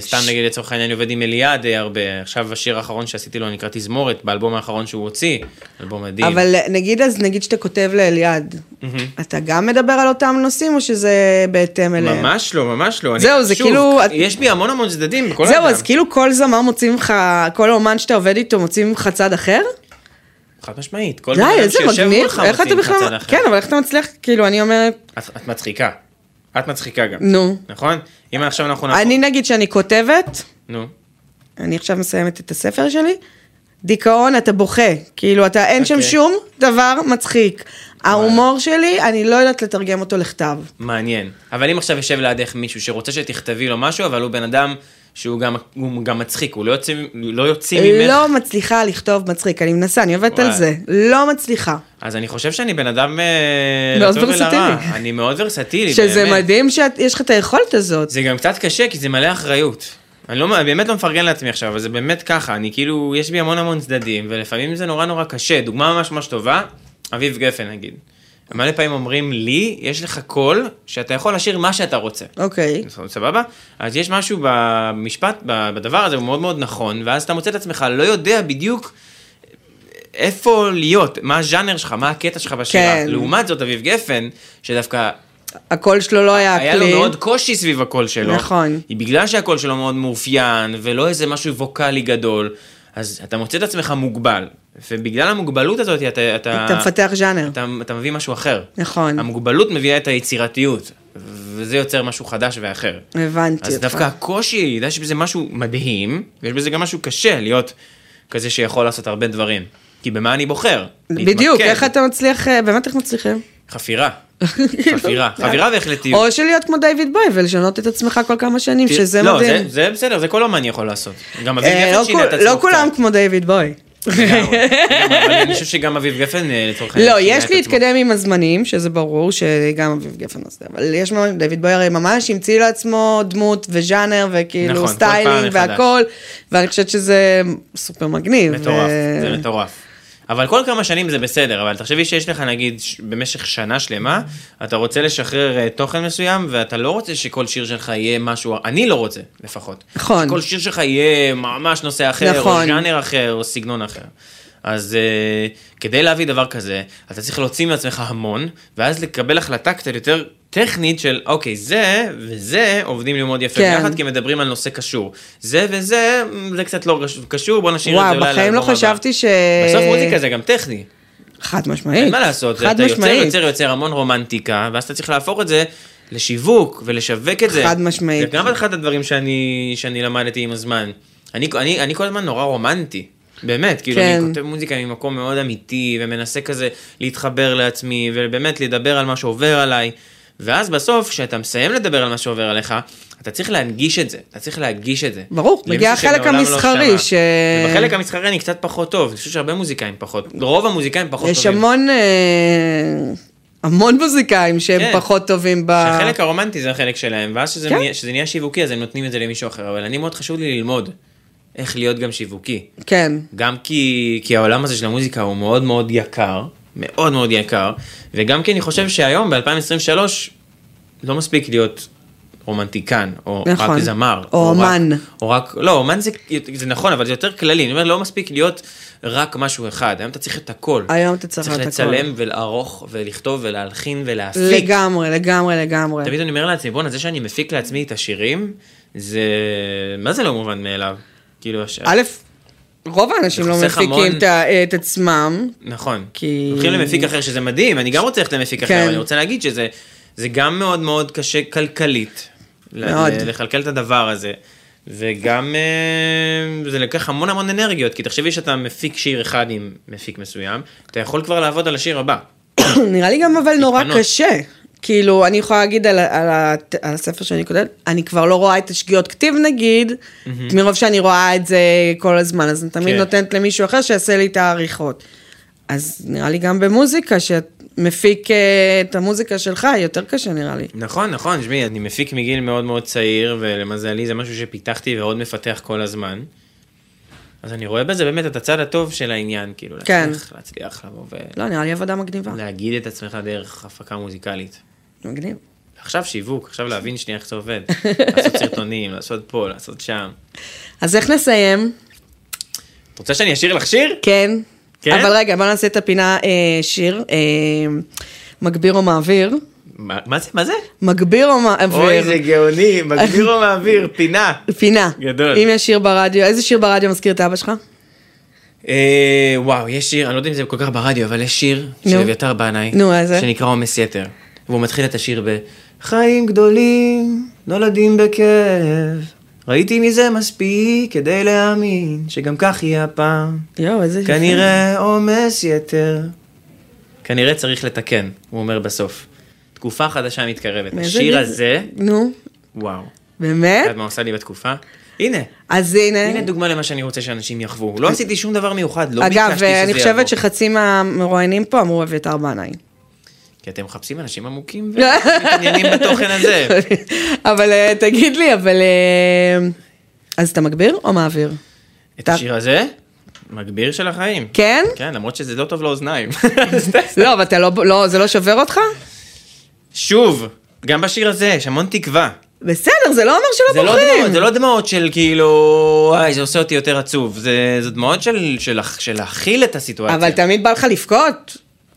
S4: סתם נגיד לצורך העניין אני עובד עם אליעד די הרבה, עכשיו השיר האחרון שעשיתי לו נקרא תזמורת, באלבום האחרון שהוא הוציא, אלבום מדהים.
S3: אבל אה, נגיד אז, נגיד שאתה כותב לאליעד, אתה גם מדבר על אותם נושאים או שזה בהתאם אליהם?
S4: ממש לא, ממש לא. אני-
S3: זהו, זה
S4: שוב,
S3: כאילו-
S4: יש בי המון המון צדדים בכל
S3: זהו,
S4: אדם.
S3: אז כאילו כל זמר מוציא ממך, כל אומן שאתה עובד איתו מוציא ממך צד אחר?
S4: חד משמעית, כל
S3: די,
S4: בן אדם
S3: איזה
S4: שיושב
S3: מגניב,
S4: מולך
S3: איך
S4: מוציא
S3: אתה
S4: ממך צד
S3: בכלל...
S4: אחר.
S3: כן, אבל איך אתה מצליח, כאילו, אני אומרת,
S4: את את מצחיקה. את מצחיקה גם.
S3: נו.
S4: נכון? אם עכשיו אנחנו...
S3: אני נגיד שאני כותבת,
S4: נו.
S3: אני עכשיו מסיימת את הספר שלי, דיכאון, אתה בוכה. כאילו, אתה, אין שם
S4: אוקיי.
S3: שום דבר מצחיק. ההומור שלי, אני לא יודעת לתרגם אותו לכתב.
S4: מעניין. אבל אם עכשיו יושב לידך מישהו שרוצה שתכתבי לו משהו, אבל הוא בן אדם שהוא גם, הוא גם מצחיק, הוא לא יוצא, לא יוצא ממך.
S3: לא מצליחה לכתוב מצחיק, אני מנסה, אני עובדת על
S4: וואי.
S3: זה. לא מצליחה.
S4: אז אני חושב שאני בן אדם... אה,
S3: מאוד
S4: לטוב ולרע.
S3: ורסטילי.
S4: אני מאוד ורסטילי,
S3: שזה
S4: באמת.
S3: מדהים שיש לך את היכולת הזאת.
S4: זה גם קצת קשה, כי זה מלא אחריות. אני, לא, אני באמת לא מפרגן לעצמי עכשיו, אבל זה באמת ככה, אני כאילו, יש בי המון המון צדדים, ולפעמים זה נורא נורא קשה. דוגמה ממש ממש טובה, אביב גפן נגיד. מלא פעמים אומרים לי, יש לך קול שאתה יכול לשיר מה שאתה רוצה.
S3: אוקיי.
S4: סבבה? אז יש משהו במשפט, ב- בדבר הזה, הוא מאוד מאוד נכון, ואז אתה מוצא את עצמך לא יודע בדיוק איפה להיות, מה הז'אנר שלך, מה הקטע שלך בשירה.
S3: כן.
S4: לעומת זאת, אביב גפן, שדווקא
S3: הקול שלו לא היה
S4: היה לו
S3: כלי.
S4: מאוד קושי סביב הקול שלו.
S3: נכון.
S4: היא בגלל שהקול שלו מאוד מאופיין, ולא איזה משהו ווקאלי גדול, אז אתה מוצא את עצמך מוגבל. ובגלל המוגבלות הזאת אתה... אתה,
S3: אתה מפתח ז'אנר.
S4: אתה, אתה מביא משהו אחר.
S3: נכון.
S4: המוגבלות מביאה את היצירתיות, וזה יוצר משהו חדש ואחר.
S3: הבנתי אותך.
S4: אז דווקא הקושי, יודע שבזה משהו מדהים, ויש בזה גם משהו קשה להיות כזה שיכול לעשות הרבה דברים. כי במה אני בוחר?
S3: בדיוק,
S4: להתמקד.
S3: איך אתה מצליח, אה, באמת איך מצליחים?
S4: חפירה. חפירה. חפירה והחלטיות.
S3: אה, או של להיות כמו דיוויד בוי ולשנות את עצמך כל כמה שנים, שזה
S4: לא,
S3: מדהים.
S4: זה, זה בסדר, זה כל אומן יכול לעשות. גם אביב
S3: אה,
S4: גפן
S3: לא
S4: שינה את
S3: כול-
S4: עצמו
S3: לא כולם
S4: קצת. אה,
S3: כמו דיוויד בוי.
S4: לגמרי. גם- אבל אני חושב שגם אביב גפן אה, לצורך העניין
S3: לא,
S4: שינה
S3: יש
S4: את עצמו.
S3: להתקדם עם הזמנים, שזה ברור שגם אביב גפן עושה, אבל יש ממש, דיוויד בוי הרי ממש המציא לעצמו דמות וז'אנר
S4: נכון,
S3: וכאילו
S4: כל פעם
S3: סטיילינג
S4: מחדש.
S3: והכל, ואני חושבת שזה סופר מגניב. אה,
S4: מטורף,
S3: ו-
S4: זה מטורף. אבל כל כמה שנים זה בסדר, אבל תחשבי שיש לך נגיד ש- במשך שנה שלמה, אתה רוצה לשחרר אה, תוכן מסוים, ואתה לא רוצה שכל שיר שלך יהיה משהו, אני לא רוצה לפחות.
S3: נכון.
S4: שכל שיר שלך יהיה ממש נושא אחר, או
S3: נכון.
S4: ז'אנר אחר, או סגנון אחר. אז uh, כדי להביא דבר כזה, אתה צריך להוציא מעצמך המון, ואז לקבל החלטה קצת יותר טכנית של, אוקיי, זה וזה עובדים לי מאוד יפה
S3: כן.
S4: ביחד, כי מדברים על נושא קשור. זה וזה, mm, זה קצת לא קשור, בוא נשאיר... נשאיר את
S3: וואו,
S4: זה אולי
S3: בחיים לא
S4: לאלבום הבא.
S3: חשבתי ש...
S4: בסוף מוזיקה זה גם טכני,
S3: חד משמעית.
S4: אין מה לעשות,
S3: חד
S4: אתה יוצר,
S3: משמעית.
S4: יוצר, יוצר המון רומנטיקה, ואז אתה צריך להפוך את זה לשיווק ולשווק את זה.
S3: חד משמעית.
S4: זה גם אחד הדברים שאני, שאני למדתי עם הזמן. אני, אני, אני כל הזמן נורא רומנטי, באמת, כאילו
S3: כן.
S4: אני כותב מוזיקה ממקום מאוד אמיתי, ומנסה כזה להתחבר לעצמי, ובאמת לדבר על מה שעובר עליי. ואז בסוף, כשאתה מסיים לדבר על מה שעובר עליך, אתה צריך להנגיש את זה, אתה צריך להגיש את זה.
S3: ברור,
S4: למישהו
S3: מגיע החלק
S4: שמעולם לא
S3: המסחרי
S4: שמע.
S3: ש-
S4: ובחלק המסחרי אני קצת פחות טוב, אני חושב שהרבה מוזיקאים פחות, רוב המוזיקאים פחות
S3: יש
S4: טובים.
S3: המון, אה, המון מוזיקאים שהם
S4: כן.
S3: פחות טובים ב...
S4: שהחלק הרומנטי זה החלק שלהם, ואז שזה,
S3: כן.
S4: נהיה, שזה נהיה שיווקי אז הם נותנים את זה למישהו אחר, אבל אני מאוד חשוב לי ללמוד איך להיות גם שיווקי.
S3: כן.
S4: גם כי, כי העולם הזה של המוזיקה הוא מאוד מאוד יקר, מאוד מאוד יקר, וגם כי אני חושב שהיום ב-2023 לא מספיק להיות רומנטיקן, או נכון.
S3: נכון.
S4: רק זמר.
S3: או
S4: רק-
S3: אומן.
S4: או רק, לא, אומן זה, זה נכון, אבל זה יותר כללי, אני אומר, לא מספיק להיות רק משהו אחד, היום אתה צריך את הכל.
S3: היום אתה צריך את הכל.
S4: צריך לצלם ולערוך ולכתוב ולהלחין ולהפיק.
S3: לגמרי, לגמרי, לגמרי.
S4: תמיד אני אומר לעצמי, בואנה, זה שאני מפיק לעצמי את השירים, זה... מה זה לא מובן מאליו? כאילו, הש...
S3: א', רוב האנשים
S4: זה
S3: לא
S4: חוסך
S3: מפיקים
S4: המון.
S3: את ה- את עצמם.
S4: נכון.
S3: כי-
S4: הולכים למפיק אחר, שזה מדהים, אני גם רוצה ללכת למפיק
S3: כן.
S4: אחר, אבל אני רוצה להגיד שזה זה גם מאוד מאוד קשה כלכלית. ל-
S3: מאוד.
S4: ל- לכלכל את הדבר הזה. וגם אה, זה לקח המון המון אנרגיות, כי תחשבי שאתה מפיק שיר אחד עם מפיק מסוים, אתה יכול כבר לעבוד על השיר הבא.
S3: נראה לי גם אבל נורא
S4: להתפנות.
S3: קשה. כאילו, אני יכולה להגיד על, ה- על, ה- על הספר שאני כותבת, אני כבר לא רואה את השגיאות כתיב נגיד, מרוב שאני רואה את זה כל הזמן, אז אני תמיד
S4: כן.
S3: נותנת למישהו אחר שיעשה לי את העריכות. אז נראה לי גם במוזיקה, שאת מפיק אה, את המוזיקה שלך, יותר קשה נראה לי.
S4: נכון, נכון, תשמעי, אני מפיק מגיל מאוד מאוד צעיר, ולמזלי זה משהו שפיתחתי ועוד מפתח כל הזמן. אז אני רואה בזה באמת את הצד הטוב של העניין, כאילו,
S3: כן.
S4: להצליח, להצליח לבוא
S3: לא, נראה לי עבודה מגניבה.
S4: ולהגיד את עצמך דרך הפקה מוזיקלית.
S3: מגניב.
S4: עכשיו שיווק, עכשיו להבין שנייה איך זה עובד. לעשות סרטונים, לעשות פה, לעשות שם.
S3: אז איך נסיים?
S4: את רוצה שאני אשאיר לך שיר?
S3: כן.
S4: כן?
S3: אבל רגע, בוא נעשה את הפינה אה, שיר, אה, מגביר או מעביר.
S4: מה מה זה? מה זה?
S3: מגביר או מעביר.
S4: אוי, זה גאוני, מגביר או מעביר, פינה.
S3: פינה.
S4: גדול.
S3: אם יש שיר ברדיו, איזה שיר ברדיו מזכיר את אבא שלך?
S4: אה, וואו, יש שיר, אני לא יודע אם זה כל כך ברדיו, אבל יש שיר של
S3: נו.
S4: אביתר בנאי,
S3: נו, איזה?
S4: שנקרא עומס יתר. והוא מתחיל את השיר ב... חיים גדולים, נולדים בכאב, ראיתי מזה מספיק כדי להאמין שגם כך יהיה הפעם.
S3: יואו, איזה יפה.
S4: כנראה עומס יתר. כנראה צריך לתקן, הוא אומר בסוף. תקופה חדשה מתקרבת.
S3: מאיזה
S4: השיר
S3: גיל- אה?
S4: הזה,
S3: נו,
S4: וואו. את
S3: באמת?
S4: יודעת מה עושה לי בתקופה? הנה,
S3: אז
S4: הנה
S3: הנה.
S4: דוגמה למה שאני רוצה שאנשים יחוו. לא עשיתי שום דבר מיוחד, לא ביקשתי
S3: אה? אגב, אה,
S4: שזה יעבור.
S3: אני חושבת שחצי מהמרואיינים פה אמרו אביתר בנאי.
S4: כי אתם מחפשים אנשים עמוקים ומתעניינים בתוכן הזה.
S3: אבל אה, תגיד לי, אבל... אה, אז אתה מגביר או מעביר?
S4: את השיר הזה? מגביר של החיים.
S3: כן?
S4: כן, למרות שזה לא טוב לאוזניים. כן.
S3: לא, אבל אתה לא, לא, זה לא שובר אותך?
S4: שוב, גם בשיר הזה יש המון תקווה.
S3: בסדר, זה לא אומר
S4: זה
S3: שלא
S4: לא, דמעות, זה
S3: בוחרים.
S4: לא דמעות של כאילו, וואי, זה עושה אותי יותר עצוב. זה, זה דמעות של, של, של להכיל את הסיטואציה.
S3: אבל תמיד בא לך לבכות.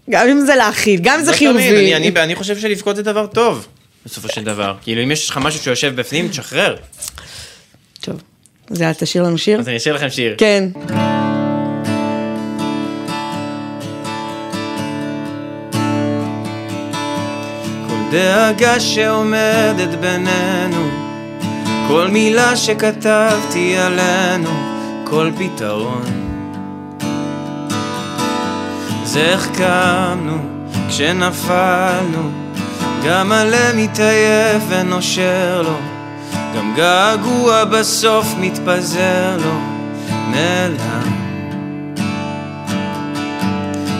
S3: גם אם זה להכיל, גם אם זה
S4: לא תמיד,
S3: חיובי.
S4: אני, אני, אני חושב שלבכות זה דבר טוב, בסופו של דבר. כאילו, אם יש לך משהו שיושב בפנים, תשחרר.
S3: טוב, אז יאללה, תשאיר לנו שיר.
S4: אז אני אשאיר לכם שיר.
S3: כן.
S4: כל דאגה שעומדת בינינו, כל מילה שכתבתי עלינו, כל פתרון. זה איך קמנו כשנפלנו, גם הלב מתעייף ונושר לו, גם געגוע בסוף מתפזר לו, נעלם,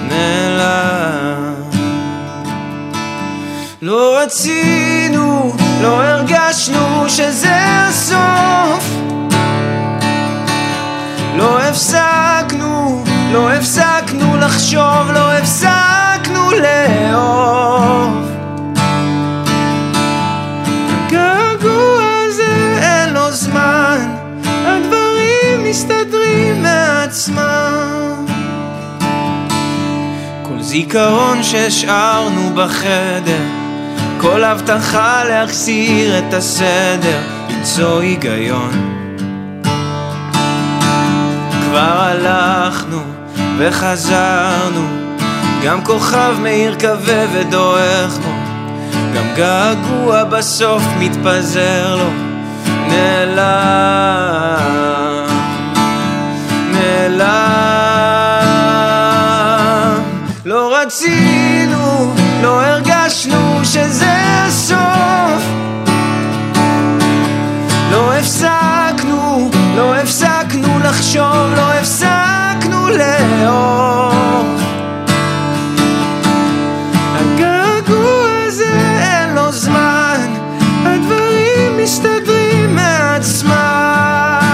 S4: נעלם. לא רצינו, לא הרגשנו שזה הסוף. לא הפסקנו, לא הפסקנו לחשוב, לא הפסקנו לאהוב. הגעגוע הזה אין לו זמן, הדברים מסתדרים מעצמם. כל זיכרון שהשארנו בחדר, כל הבטחה להחזיר את הסדר, למצוא היגיון. כבר הלכנו וחזרנו, גם כוכב מאיר כבה ודועך בו, גם געגוע בסוף מתפזר לו, נעלם. נעלם. לא רצינו, לא הרגשנו שזה הסוף. לא הפסקנו, לא הפסקנו לחשוב, לא הפסקנו לאהוב. הגעגוע הזה אין לו זמן, הדברים מסתדרים מעצמם.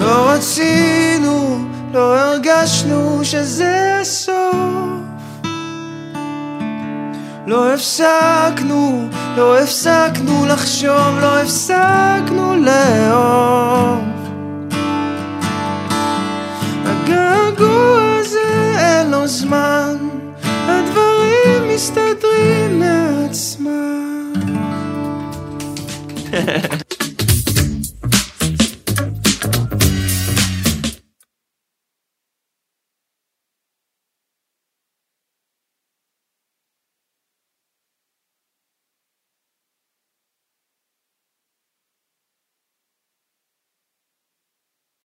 S4: לא רצינו, לא הרגשנו שזה הסוף. לא הפסקנו, לא לא הפסקנו לחשוב, לא הפסקנו לאהוב. הגעגוע הזה אין לו זמן, הדברים מסתדרים לעצמם.